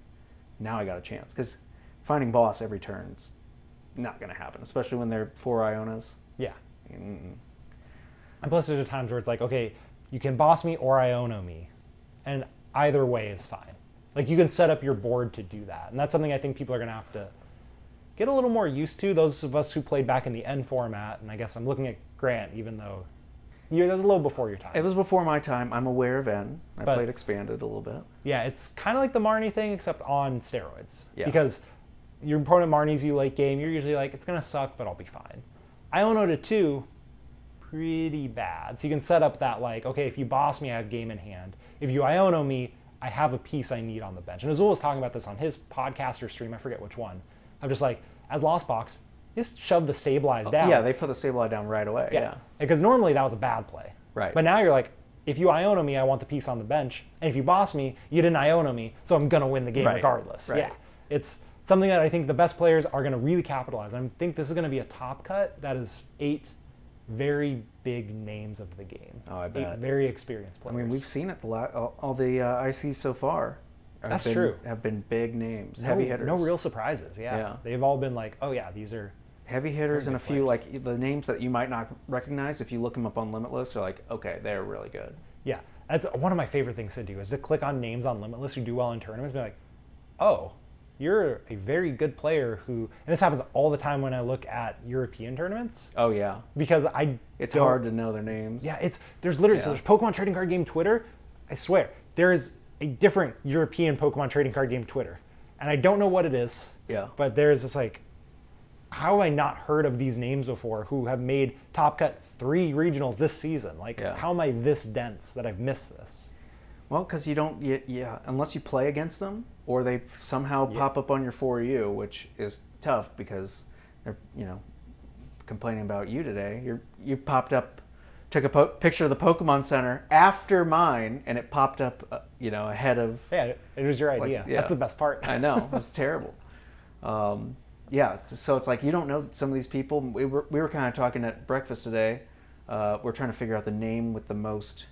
[SPEAKER 2] now I got a chance because finding boss every turn's not going to happen, especially when they're four Ionas.
[SPEAKER 1] Yeah.
[SPEAKER 2] Mm-mm.
[SPEAKER 1] And plus, there's times where it's like, okay, you can boss me or Iono me, and either way is fine. Like you can set up your board to do that, and that's something I think people are gonna have to get a little more used to. Those of us who played back in the N format, and I guess I'm looking at Grant, even though you that was a little before your time.
[SPEAKER 2] It was before my time. I'm aware of N. I
[SPEAKER 1] But-
[SPEAKER 2] played Expanded a little bit.
[SPEAKER 1] Yeah, it's kind of like the Marnie thing, except on steroids.
[SPEAKER 2] Yeah.
[SPEAKER 1] Because your opponent Marnies you late game, you're usually like, it's going to suck, but I'll be fine. Iono to two, pretty bad. So you can set up that, like, okay, if you boss me, I have game in hand. If you Iono me, I have a piece I need on the bench. And Azul was talking about this on his podcast or stream, I forget which one. I'm just like, as Lost Box, just shove the stabilize down.
[SPEAKER 2] Uh, Yeah, they put the Sableye down right away. Yeah.
[SPEAKER 1] Yeah. Because normally that was a bad play.
[SPEAKER 2] Right.
[SPEAKER 1] But now you're like, if you Iona me, I want the piece on the bench. And if you boss me, you didn't Iona me, so I'm going to win the game
[SPEAKER 2] Right.
[SPEAKER 1] regardless.
[SPEAKER 2] Right.
[SPEAKER 1] Yeah. It's something that I think the best players are going to really capitalize. And I think this is going to be a top cut that is eight very big names of the game.
[SPEAKER 2] Oh, I
[SPEAKER 1] Eight
[SPEAKER 2] bet.
[SPEAKER 1] very experienced
[SPEAKER 2] I
[SPEAKER 1] players.
[SPEAKER 2] mean, we've seen it the la- all, all the uh, ICs so far. have
[SPEAKER 1] That's
[SPEAKER 2] been-
[SPEAKER 1] true.
[SPEAKER 2] Have been big names,
[SPEAKER 1] no,
[SPEAKER 2] heavy hitters.
[SPEAKER 1] No real surprises. Yeah.
[SPEAKER 2] Yeah.
[SPEAKER 1] They've all been like, oh, yeah, these are.
[SPEAKER 2] heavy hitters
[SPEAKER 1] Very
[SPEAKER 2] and a
[SPEAKER 1] good
[SPEAKER 2] few
[SPEAKER 1] players.
[SPEAKER 2] like the names that you might not recognize if you look them up on Limitless. Are like, okay, they're really good.
[SPEAKER 1] Yeah, that's one of my favorite things to do is to click on names on Limitless who do well in tournaments. And be like, oh, you're a very good player who, and this happens all the time when I look at European tournaments
[SPEAKER 2] Oh yeah,
[SPEAKER 1] because I.
[SPEAKER 2] it's
[SPEAKER 1] don't-
[SPEAKER 2] hard to know their names.
[SPEAKER 1] Yeah, it's there's literally so
[SPEAKER 2] Yeah.
[SPEAKER 1] there's Pokemon trading card game Twitter. I swear there is a different European Pokemon trading card game Twitter, and I don't know what it is.
[SPEAKER 2] Yeah.
[SPEAKER 1] But there's this like, how have I not heard of these names before? Who have made Top Cut three regionals this season? Like,
[SPEAKER 2] Yeah.
[SPEAKER 1] how am I this dense that I've missed this?
[SPEAKER 2] Well, because you don't. y yeah, unless you play against them or they somehow pop up on your for you, which is tough because they're you know complaining about you today. You you popped up, took a po- picture of the Pokemon Center after mine, and it popped up uh, you know ahead of.
[SPEAKER 1] Yeah, it was your idea.
[SPEAKER 2] yeah.
[SPEAKER 1] That's the best part.
[SPEAKER 2] I know. It was terrible. Um, yeah. So it's like you don't know some of these people. We were we were kind of talking at breakfast today. Uh, we're trying to figure out the name with the most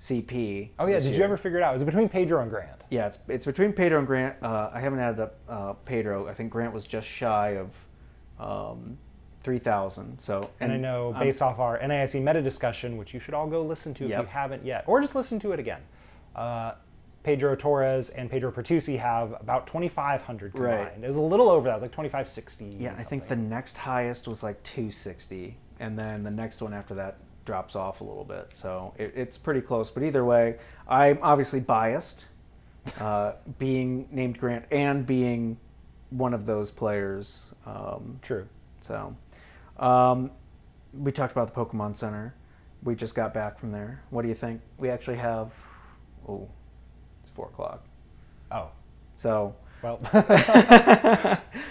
[SPEAKER 2] CP.
[SPEAKER 1] Oh yeah,
[SPEAKER 2] this
[SPEAKER 1] did you
[SPEAKER 2] year.
[SPEAKER 1] ever figure it out? It was between Pedro and Grant.
[SPEAKER 2] Yeah, it's it's between Pedro and Grant. Uh, I haven't added up uh, Pedro. I think Grant was just shy of um, three thousand. So
[SPEAKER 1] And, I know
[SPEAKER 2] I'm-
[SPEAKER 1] based off our NAIC meta discussion, which you should all go listen to if you
[SPEAKER 2] Yep.
[SPEAKER 1] haven't yet, or just listen to it again. Uh, Pedro Torres and Pedro Pertusi have about 2,500 combined.
[SPEAKER 2] Right.
[SPEAKER 1] It was a little over that. It was like 2,560.
[SPEAKER 2] yeah, I think the next highest was like two sixty, and then the next one after that drops off a little bit. So it, it's pretty close. But either way, I'm obviously biased, uh, being named Grant and being one of those players. Um,
[SPEAKER 1] true.
[SPEAKER 2] So, um, we talked about the Pokemon Center. We just got back from there. What do you think? We actually have. Oh, it's four o'clock.
[SPEAKER 1] Oh,
[SPEAKER 2] So.
[SPEAKER 1] well,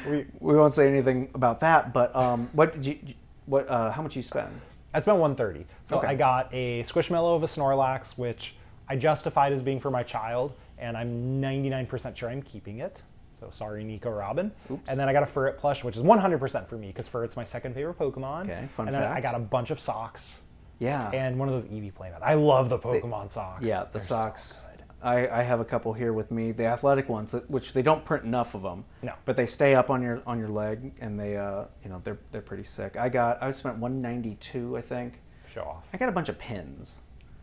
[SPEAKER 2] we, we won't say anything about that, but um, what did you, what uh, how much you spend?
[SPEAKER 1] I spent 130. So
[SPEAKER 2] Okay.
[SPEAKER 1] I got a Squishmallow of a Snorlax, which I justified as being for my child, and I'm 99% sure I'm keeping it. So sorry, Nico Robin.
[SPEAKER 2] Oops.
[SPEAKER 1] And then I got a Furret plush, which is 100% for me because Furret's my second favorite Pokemon.
[SPEAKER 2] Okay, fun
[SPEAKER 1] and then I
[SPEAKER 2] fact.
[SPEAKER 1] got a bunch of socks
[SPEAKER 2] Yeah,
[SPEAKER 1] and one of those Eevee playmats. I love the Pokemon socks.
[SPEAKER 2] yeah, the
[SPEAKER 1] They're so
[SPEAKER 2] socks.
[SPEAKER 1] good.
[SPEAKER 2] I, I have a couple here with me, the athletic ones, that, which they don't print enough of them.
[SPEAKER 1] No.
[SPEAKER 2] but they stay up on your on your leg, and they uh, you know they're they're pretty sick. I got I spent one ninety two, I think.
[SPEAKER 1] Show off.
[SPEAKER 2] I got a bunch of pins.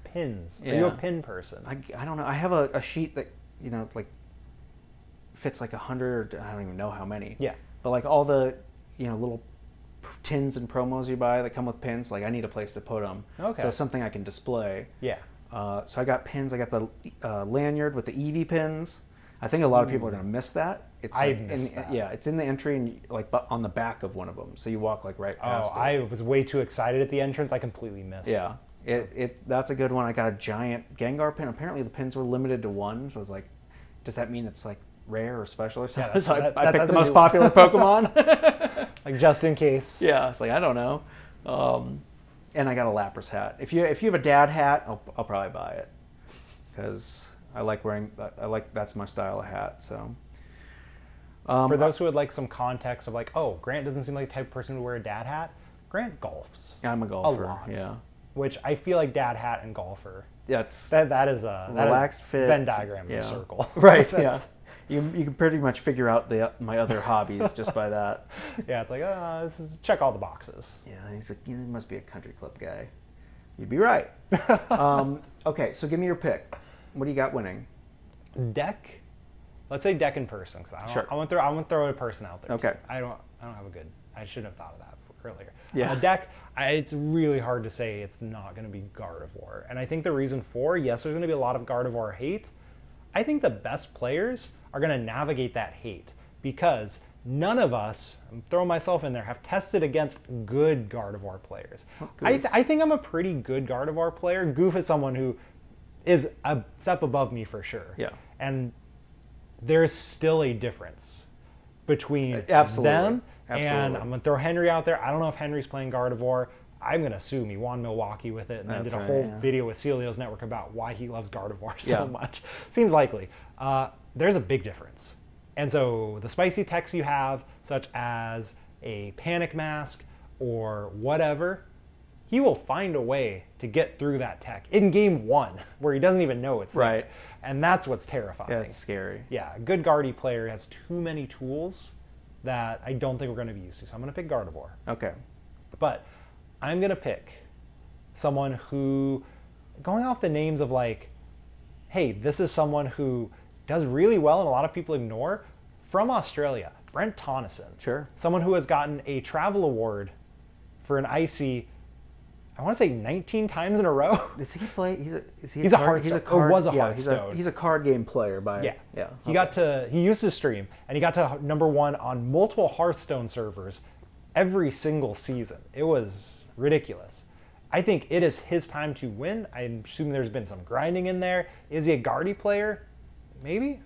[SPEAKER 1] Pins. Are you a
[SPEAKER 2] Yeah.
[SPEAKER 1] pin person?
[SPEAKER 2] I, I don't know. I have a, a sheet that, you know, like fits like a hundred, I don't even know how many.
[SPEAKER 1] Yeah.
[SPEAKER 2] But like all the, you know, little p- tins and promos you buy that come with pins, like I need a place to put them.
[SPEAKER 1] Okay.
[SPEAKER 2] So it's something I can display.
[SPEAKER 1] yeah.
[SPEAKER 2] Uh, so I got pins. I got the uh, lanyard with the EV pins. I think a lot of people are going to miss that. It's
[SPEAKER 1] I've
[SPEAKER 2] like
[SPEAKER 1] missed
[SPEAKER 2] in,
[SPEAKER 1] Hmm. that.
[SPEAKER 2] Yeah, it's in the entry and like bu- on the back of one of them. So you walk like right
[SPEAKER 1] Oh,
[SPEAKER 2] past it.
[SPEAKER 1] I was way too excited at the entrance. I completely missed.
[SPEAKER 2] Yeah, it,
[SPEAKER 1] Oh.
[SPEAKER 2] it that's a good one. I got a giant Gengar pin. Apparently, the pins were limited to one, so I was like, does that mean it's like rare or special or something?
[SPEAKER 1] that's-
[SPEAKER 2] so I,
[SPEAKER 1] that-
[SPEAKER 2] I
[SPEAKER 1] that-
[SPEAKER 2] picked
[SPEAKER 1] that's
[SPEAKER 2] the
[SPEAKER 1] a
[SPEAKER 2] most
[SPEAKER 1] new one.
[SPEAKER 2] popular Pokemon.
[SPEAKER 1] Like just in case.
[SPEAKER 2] yeah, it's like I don't know. Um, and I got a Lapras hat. If you if you have a dad hat, I'll, I'll probably buy it because I like wearing. I like that's my style of hat. So. Um,
[SPEAKER 1] For those who would like some context of like, oh, Grant doesn't seem like the type of person to wear a dad hat. Grant golfs,
[SPEAKER 2] I, am a golfer.
[SPEAKER 1] lot.
[SPEAKER 2] Yeah,
[SPEAKER 1] which I feel like dad hat and golfer.
[SPEAKER 2] that's
[SPEAKER 1] That that is a that is-
[SPEAKER 2] Relaxed fit.
[SPEAKER 1] Venn diagram is
[SPEAKER 2] Yeah.
[SPEAKER 1] a circle.
[SPEAKER 2] Right. yeah.
[SPEAKER 1] That's-
[SPEAKER 2] You, you can pretty much figure out the my other hobbies just by that.
[SPEAKER 1] yeah, it's like, uh, this is check all the boxes.
[SPEAKER 2] Yeah, he's like, you must be a country club guy. You'd be right. um, okay, so give me your pick. What do you got winning?
[SPEAKER 1] Deck. Let's say deck in person, because I don't.
[SPEAKER 2] Sure.
[SPEAKER 1] I want to throw. I want to throw a person out there.
[SPEAKER 2] Okay.
[SPEAKER 1] I don't. I don't have a good. I should have thought of that earlier.
[SPEAKER 2] Yeah.
[SPEAKER 1] A deck. I, it's really hard to say it's not going to be Gardevoir, and I think the reason for yes, there's going to be a lot of Gardevoir hate. I think the best players are going to navigate that hate because none of us, I'm throwing myself in there, have tested against good Gardevoir players.
[SPEAKER 2] Oh,
[SPEAKER 1] I, th- I think I'm a pretty good Gardevoir player. Goof is someone who is a step above me for sure.
[SPEAKER 2] Yeah.
[SPEAKER 1] And there's still a difference between
[SPEAKER 2] Absolutely.
[SPEAKER 1] them and
[SPEAKER 2] Absolutely.
[SPEAKER 1] I'm gonna throw Henry out there. I don't know if Henry's playing Gardevoir. I'm gonna sue me won Milwaukee with it, and then
[SPEAKER 2] That's
[SPEAKER 1] did a
[SPEAKER 2] right,
[SPEAKER 1] whole
[SPEAKER 2] yeah.
[SPEAKER 1] video with Celio's network about why he loves Gardevoir so
[SPEAKER 2] Yeah.
[SPEAKER 1] much. Seems likely. Uh, there's a big difference, and so the spicy techs you have, such as a panic mask or whatever, he will find a way to get through that tech in game one where he doesn't even know it's there.
[SPEAKER 2] Right.
[SPEAKER 1] and that's what's terrifying.
[SPEAKER 2] Yeah, it's scary.
[SPEAKER 1] Yeah, a good Guardy player has too many tools that I don't think we're going to be used to. So I'm going to pick Gardevoir.
[SPEAKER 2] Okay.
[SPEAKER 1] But I'm going to pick someone who, going off the names of like, hey, this is someone who does really well and a lot of people ignore from Australia, Brent Tonneson.
[SPEAKER 2] Sure.
[SPEAKER 1] Someone who has gotten a travel award for an icy, I want to say 19 times in a row.
[SPEAKER 2] Does he play? He's a is he
[SPEAKER 1] He's a
[SPEAKER 2] card, he's a
[SPEAKER 1] Hearthstone- or
[SPEAKER 2] card,
[SPEAKER 1] was a
[SPEAKER 2] yeah, he's a
[SPEAKER 1] Hearthstone.
[SPEAKER 2] he's a card game player by
[SPEAKER 1] Yeah.
[SPEAKER 2] yeah.
[SPEAKER 1] He got to he used his stream and he got to number one on multiple Hearthstone servers every single season. It was ridiculous. I think it is his time to win. I'm assuming there's been some grinding in there. Is he a Guardy player? Maybe.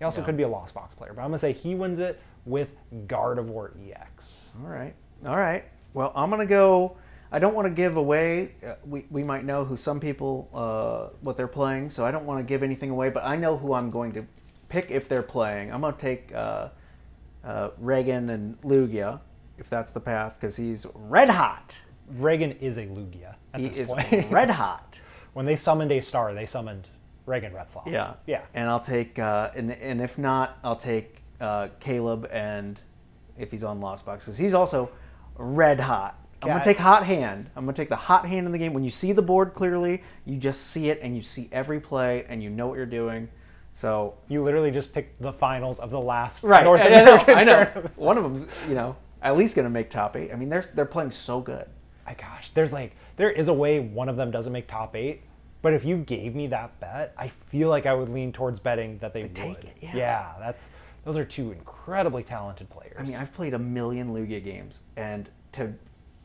[SPEAKER 1] He also could be a Lost Box player, but I'm gonna say he wins it with Gardevoir EX.
[SPEAKER 2] All right. All right. Well, I'm going to go. I don't want to give away. Uh, we, we might know who some people, uh, what they're playing, so I don't want to give anything away, but I know who I'm going to pick if they're playing. I'm going to take uh, uh, Reagan and Lugia, if that's the path, because he's red hot.
[SPEAKER 1] Reagan is a Lugia at
[SPEAKER 2] He
[SPEAKER 1] this
[SPEAKER 2] is
[SPEAKER 1] point.
[SPEAKER 2] red hot.
[SPEAKER 1] when they summoned a star, they summoned Reagan Retzloff.
[SPEAKER 2] Yeah.
[SPEAKER 1] Yeah.
[SPEAKER 2] And I'll take, uh, and, and if not, I'll take uh, Caleb and if he's on Lost Box, because he's also red hot. I'm going
[SPEAKER 1] Yeah.
[SPEAKER 2] to take Hot Hand. I'm going to take the Hot Hand in the game. When you see the board clearly, you just see it and you see every play and you know what you're doing. So,
[SPEAKER 1] You literally just picked the finals of the last
[SPEAKER 2] right.
[SPEAKER 1] North
[SPEAKER 2] I know.
[SPEAKER 1] American
[SPEAKER 2] I know.
[SPEAKER 1] tournament.
[SPEAKER 2] One of them's, you know, at least going to make top eight. I mean, they're, they're playing so good.
[SPEAKER 1] my gosh, there's like there is a way one of them doesn't make top eight, but if you gave me that bet, I feel like I would lean towards betting that they would.
[SPEAKER 2] take it, yeah.
[SPEAKER 1] that's those are two incredibly talented players.
[SPEAKER 2] I mean, I've played a million Lugia games, and to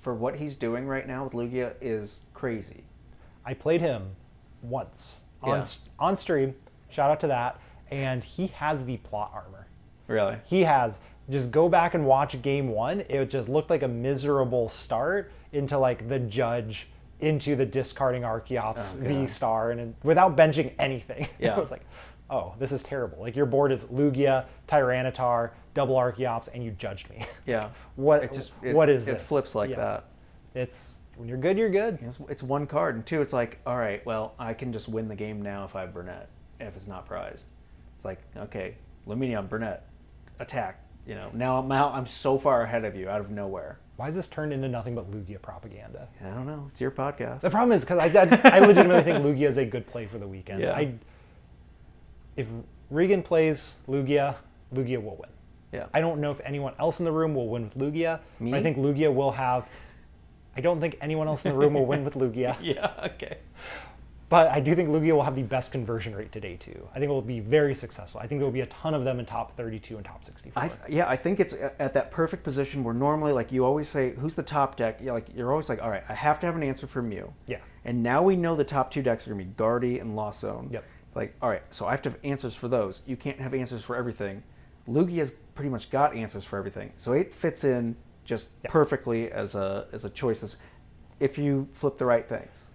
[SPEAKER 2] for what he's doing right now with Lugia is crazy.
[SPEAKER 1] I played him once on
[SPEAKER 2] Yeah.
[SPEAKER 1] s- on stream. Shout out to that, and he has the plot armor.
[SPEAKER 2] Really?
[SPEAKER 1] He has just go back and watch game one. It just looked like a miserable start into like the judge into the discarding Archeops
[SPEAKER 2] Oh,
[SPEAKER 1] V
[SPEAKER 2] God.
[SPEAKER 1] star and, and without benching anything.
[SPEAKER 2] Yeah.
[SPEAKER 1] I was like, oh, this is terrible. Like your board is Lugia, Tyranitar, double Archeops, and you judged me.
[SPEAKER 2] Yeah.
[SPEAKER 1] What-
[SPEAKER 2] It just
[SPEAKER 1] Uh, what is
[SPEAKER 2] it
[SPEAKER 1] this?
[SPEAKER 2] flips like
[SPEAKER 1] Yeah.
[SPEAKER 2] that.
[SPEAKER 1] It's when you're good, you're good.
[SPEAKER 2] It's, it's one card, and two, it's like, all right, well, I can just win the game now if I have Burnett, if it's not prized. It's like, okay, Luminion, Burnett, attack. You know, now I'm out, I'm so far ahead of you out of nowhere.
[SPEAKER 1] Why is this turned into nothing but Lugia propaganda?
[SPEAKER 2] I don't know. It's your podcast.
[SPEAKER 1] The problem is because I, I, I legitimately think Lugia is a good play for the weekend.
[SPEAKER 2] Yeah.
[SPEAKER 1] I, if Regan plays Lugia, Lugia will win.
[SPEAKER 2] Yeah.
[SPEAKER 1] I don't know if anyone else in the room will win with Lugia. but
[SPEAKER 2] Me?
[SPEAKER 1] I think Lugia will have. I don't think anyone else in the room will win with Lugia,
[SPEAKER 2] yeah. Okay.
[SPEAKER 1] but I do think Lugia will have the best conversion rate today too. I think it will be very successful. I think there will be a ton of them in top 32 and top 64.
[SPEAKER 2] I, yeah, I think it's a- at that perfect position where normally, like you always say, who's the top deck? You're like you're always like, all right, I have to have an answer from you.
[SPEAKER 1] Yeah.
[SPEAKER 2] And now we know the top two decks are gonna be Guardy and Lost Zone.
[SPEAKER 1] Yep.
[SPEAKER 2] It's like, all right, so I have to have answers for those. You can't have answers for everything. Lugia's pretty much got answers for everything, so it fits in just perfectly as a as a choice. This- If you flip the right things.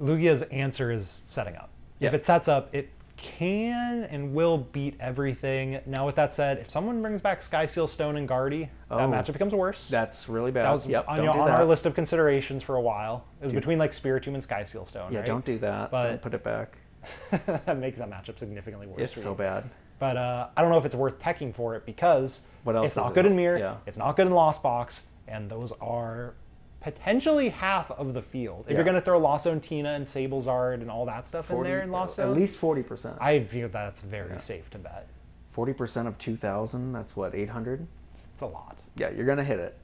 [SPEAKER 1] Lugia's answer is setting up. If
[SPEAKER 2] Yeah.
[SPEAKER 1] it sets up, it can and will beat everything. Now, with that said, if someone brings back Sky Seal Stone and Guardy,
[SPEAKER 2] Oh.
[SPEAKER 1] that matchup becomes worse.
[SPEAKER 2] That's really bad.
[SPEAKER 1] That was
[SPEAKER 2] yep.
[SPEAKER 1] on,
[SPEAKER 2] don't
[SPEAKER 1] your-
[SPEAKER 2] do
[SPEAKER 1] on
[SPEAKER 2] that.
[SPEAKER 1] our list of considerations for a while. It was between like Spear Tomb and Sky Seal Stone.
[SPEAKER 2] Yeah,
[SPEAKER 1] right?
[SPEAKER 2] don't do that.
[SPEAKER 1] But-
[SPEAKER 2] Don't put it back.
[SPEAKER 1] that makes that matchup significantly worse.
[SPEAKER 2] It's
[SPEAKER 1] for
[SPEAKER 2] so
[SPEAKER 1] you.
[SPEAKER 2] bad.
[SPEAKER 1] But uh, I don't know if it's worth pecking for it because
[SPEAKER 2] What else
[SPEAKER 1] it's
[SPEAKER 2] is
[SPEAKER 1] not
[SPEAKER 2] it
[SPEAKER 1] good in
[SPEAKER 2] not-
[SPEAKER 1] mirror.
[SPEAKER 2] yeah.
[SPEAKER 1] It's not good in loss box, and those are potentially half of the field. If
[SPEAKER 2] Yeah.
[SPEAKER 1] you're going to throw Lasso and Tina and Sablezard and all that stuff in
[SPEAKER 2] 40
[SPEAKER 1] there in Lasso,
[SPEAKER 2] at least forty percent.
[SPEAKER 1] I view that's very safe to bet.
[SPEAKER 2] Forty percent of two thousand. That's what eight hundred.
[SPEAKER 1] It's a lot.
[SPEAKER 2] Yeah, you're gonna hit it.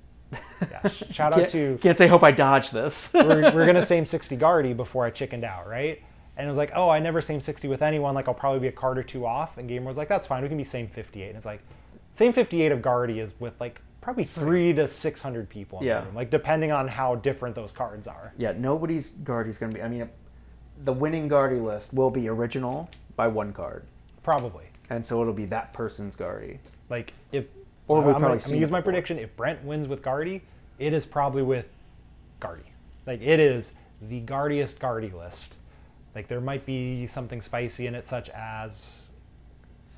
[SPEAKER 1] Yeah. sh- Shout out
[SPEAKER 2] Can't-
[SPEAKER 1] to
[SPEAKER 2] Can't say hope I dodge this.
[SPEAKER 1] we're, we're gonna same 60 Guardy before I chickened out, right? And it was like, oh, I never same 60 with anyone. Like I'll probably be a card or two off. And Gamer was like, that's fine. We can be same 58. And it's like, same 58 of Guardy is with like probably three to 600 people in
[SPEAKER 2] Yeah.
[SPEAKER 1] the room, like depending on how different those cards are.
[SPEAKER 2] yeah, nobody's guard is gonna be. I mean, the winning guardy list will be original by one card,
[SPEAKER 1] Probably.
[SPEAKER 2] and so it'll be that person's guardy.
[SPEAKER 1] Like if,
[SPEAKER 2] Or
[SPEAKER 1] I'm,
[SPEAKER 2] we've
[SPEAKER 1] gonna-
[SPEAKER 2] probably
[SPEAKER 1] I'm
[SPEAKER 2] seen
[SPEAKER 1] gonna use
[SPEAKER 2] it
[SPEAKER 1] my
[SPEAKER 2] before.
[SPEAKER 1] prediction. If Brent wins with Guardy, it is probably with Guardy. Like it is the Guardiest Guardy list. Like there might be something spicy in it, such as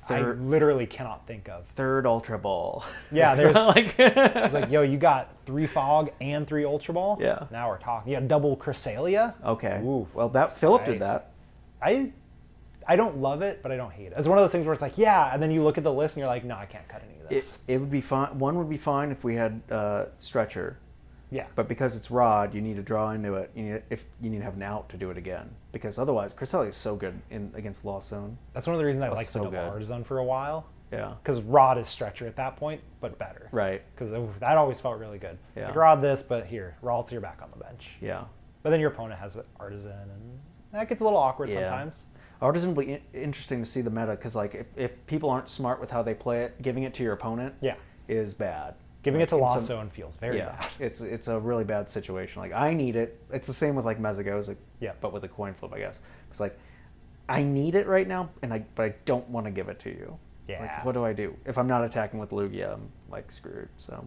[SPEAKER 2] Third,
[SPEAKER 1] I literally cannot think of.
[SPEAKER 2] third ultra ball.
[SPEAKER 1] Yeah, there's-
[SPEAKER 2] like,
[SPEAKER 1] It's like, yo, you got three fog and three ultra ball.
[SPEAKER 2] Yeah.
[SPEAKER 1] Now we're talking. Yeah, double Cresselia.
[SPEAKER 2] okay.
[SPEAKER 1] Ooh,
[SPEAKER 2] well, that Philip
[SPEAKER 1] spicy.
[SPEAKER 2] did that.
[SPEAKER 1] I, I don't love it, but I don't hate it. It's one of those things where it's like, yeah, and then you look at the list and you're like, no, I can't cut any of
[SPEAKER 2] It,
[SPEAKER 1] this.
[SPEAKER 2] it would be fine. One would be fine if we had uh, stretcher,
[SPEAKER 1] yeah.
[SPEAKER 2] but because it's rod, you need to draw into it. You need if you need to have an out to do it again, because otherwise, Cresselia is so good in against Law Zone.
[SPEAKER 1] That's one of the reasons I like
[SPEAKER 2] so
[SPEAKER 1] the double
[SPEAKER 2] good.
[SPEAKER 1] artisan for a while,
[SPEAKER 2] Yeah.
[SPEAKER 1] because Rod is stretcher at that point, but better.
[SPEAKER 2] Right.
[SPEAKER 1] Because that always felt really good.
[SPEAKER 2] Yeah.
[SPEAKER 1] Like Rod this, but here, Ralts, you're back on the bench.
[SPEAKER 2] Yeah.
[SPEAKER 1] But then your opponent has an artisan, and that gets a little awkward
[SPEAKER 2] Yeah.
[SPEAKER 1] sometimes.
[SPEAKER 2] Artisan will be in- interesting to see the meta because like if, if people aren't smart with how they play it, giving it to your opponent
[SPEAKER 1] Yeah.
[SPEAKER 2] is bad.
[SPEAKER 1] Giving
[SPEAKER 2] Like,
[SPEAKER 1] it to
[SPEAKER 2] in some-
[SPEAKER 1] Lasso and feels very
[SPEAKER 2] yeah,
[SPEAKER 1] bad.
[SPEAKER 2] it's it's a really bad situation. Like I need it. It's the same with like Mezagoza,
[SPEAKER 1] Yeah.
[SPEAKER 2] but with a coin flip, I guess. It's like I need it right now, and I but I don't want to give it to you.
[SPEAKER 1] Yeah.
[SPEAKER 2] Like, what do I do if I'm not attacking with Lugia? I'm like screwed. So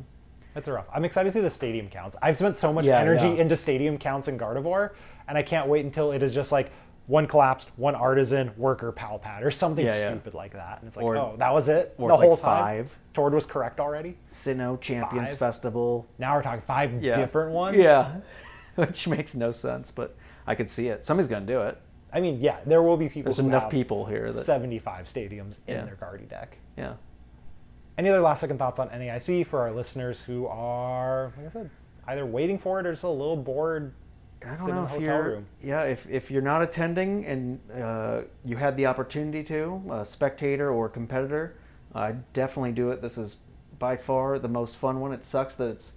[SPEAKER 1] That's rough. I'm excited to see the stadium counts. I've spent so much
[SPEAKER 2] Yeah,
[SPEAKER 1] energy
[SPEAKER 2] yeah.
[SPEAKER 1] into stadium counts in Gardevoir, and I can't wait until it is just like one collapsed, one artisan, worker, pal pat, or something
[SPEAKER 2] Yeah, yeah.
[SPEAKER 1] stupid like that. And it's like,
[SPEAKER 2] Or-
[SPEAKER 1] oh, that was it.
[SPEAKER 2] or
[SPEAKER 1] the
[SPEAKER 2] it's like
[SPEAKER 1] whole time.
[SPEAKER 2] five.
[SPEAKER 1] Tord was correct already.
[SPEAKER 2] Sinnoh Champions
[SPEAKER 1] Five.
[SPEAKER 2] Festival.
[SPEAKER 1] Now we're talking five different ones.
[SPEAKER 2] Yeah, which makes no sense, but I could see it. Somebody's gonna do it.
[SPEAKER 1] I mean, yeah, there will be people.
[SPEAKER 2] There's
[SPEAKER 1] who
[SPEAKER 2] enough
[SPEAKER 1] have
[SPEAKER 2] people here that
[SPEAKER 1] 75 stadiums
[SPEAKER 2] Yeah.
[SPEAKER 1] in their Guardy deck.
[SPEAKER 2] yeah.
[SPEAKER 1] Any other last second thoughts on NAIC for our listeners who are, like I said, either waiting for it or just a little bored?
[SPEAKER 2] I don't
[SPEAKER 1] sitting in
[SPEAKER 2] know
[SPEAKER 1] a
[SPEAKER 2] if
[SPEAKER 1] hotel
[SPEAKER 2] you're.
[SPEAKER 1] room.
[SPEAKER 2] Yeah, if, if you're not attending and uh, you had the opportunity to, a spectator or competitor, uh, definitely do it. This is by far the most fun one. It sucks that it's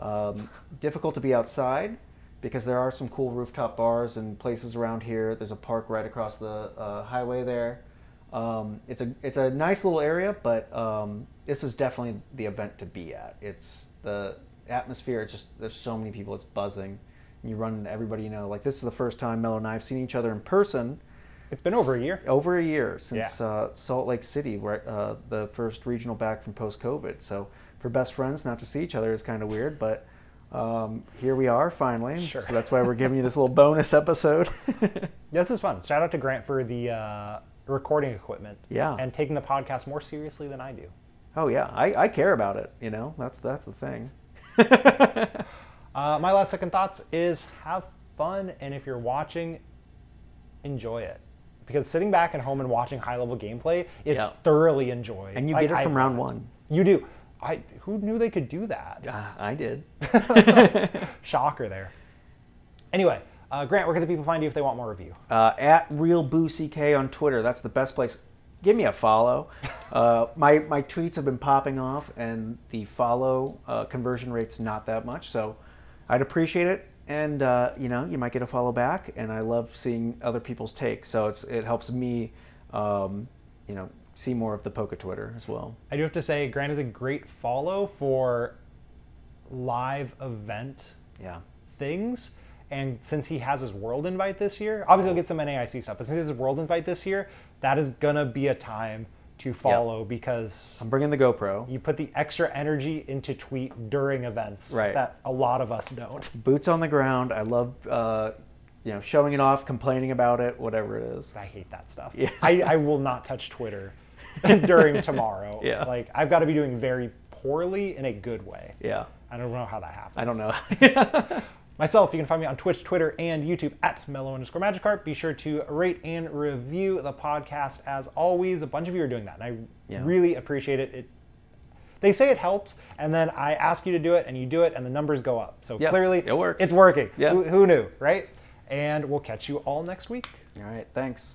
[SPEAKER 2] um, difficult to be outside because there are some cool rooftop bars and places around here. There's a park right across the uh, highway there. Um, it's a it's a nice little area, but um, this is definitely the event to be at. It's the atmosphere. It's just there's so many people. It's buzzing. And you run into everybody you know. Like this is the first time Mello and I have seen each other in person
[SPEAKER 1] It's been over a year.
[SPEAKER 2] over a year since
[SPEAKER 1] Yeah.
[SPEAKER 2] uh, Salt Lake City, where uh, the first regional back from post COVID. So for best friends not to see each other is kind of weird, but um, here we are finally.
[SPEAKER 1] Sure.
[SPEAKER 2] So that's why we're giving you this little bonus episode.
[SPEAKER 1] This is fun. Shout out to Grant for the uh, recording equipment.
[SPEAKER 2] Yeah.
[SPEAKER 1] And taking the podcast more seriously than I do.
[SPEAKER 2] oh yeah, I, I care about it. You know, that's that's the thing.
[SPEAKER 1] Uh, my last second thoughts is have fun, and if you're watching, enjoy it. Because sitting back at home and watching high level gameplay is
[SPEAKER 2] Yeah.
[SPEAKER 1] thoroughly enjoyed.
[SPEAKER 2] And you
[SPEAKER 1] Like,
[SPEAKER 2] get it
[SPEAKER 1] I-
[SPEAKER 2] from round one.
[SPEAKER 1] You do. I who knew they could do that?
[SPEAKER 2] Ah, I did.
[SPEAKER 1] Shocker there. Anyway, uh, Grant, where can the people find you if they want more review?
[SPEAKER 2] uh, at RealBooCK on Twitter. That's the best place. Give me a follow. Uh, my my tweets have been popping off, and the follow uh, conversion rate's not that much, so I'd appreciate it. And uh, you know, you might get a follow back, and I love seeing other people's takes. So it's it helps me, um, you know, see more of the Poca Twitter as well.
[SPEAKER 1] I do have to say, Grant is a great follow for live event
[SPEAKER 2] Yeah,
[SPEAKER 1] things. And since he has his world invite this year, obviously he'll get some NAIC stuff, but since he has his world invite this year, that is gonna be a time to follow because
[SPEAKER 2] I'm bringing the GoPro,
[SPEAKER 1] you put the extra energy into tweet during events
[SPEAKER 2] Right.
[SPEAKER 1] that a lot of us don't.
[SPEAKER 2] boots on the ground. I love, uh, you know, showing it off, complaining about it, whatever it is.
[SPEAKER 1] I hate that stuff.
[SPEAKER 2] Yeah.
[SPEAKER 1] I, I will not touch Twitter during tomorrow.
[SPEAKER 2] Yeah.
[SPEAKER 1] Like I've got to be doing very poorly in a good way.
[SPEAKER 2] Yeah,
[SPEAKER 1] I don't know how that happens.
[SPEAKER 2] I don't know.
[SPEAKER 1] Myself, you can find me on Twitch, Twitter, and YouTube at mellow underscore magikarp. Be sure to rate and review the podcast as always. A bunch of you are doing that, and I
[SPEAKER 2] Yeah.
[SPEAKER 1] really appreciate it. It they say it helps, and then I ask you to do it, and you do it, and the numbers go up. So
[SPEAKER 2] Yeah,
[SPEAKER 1] clearly,
[SPEAKER 2] it works.
[SPEAKER 1] It's working.
[SPEAKER 2] Yeah.
[SPEAKER 1] Who, who knew, right? And we'll catch you all next week.
[SPEAKER 2] All right. Thanks.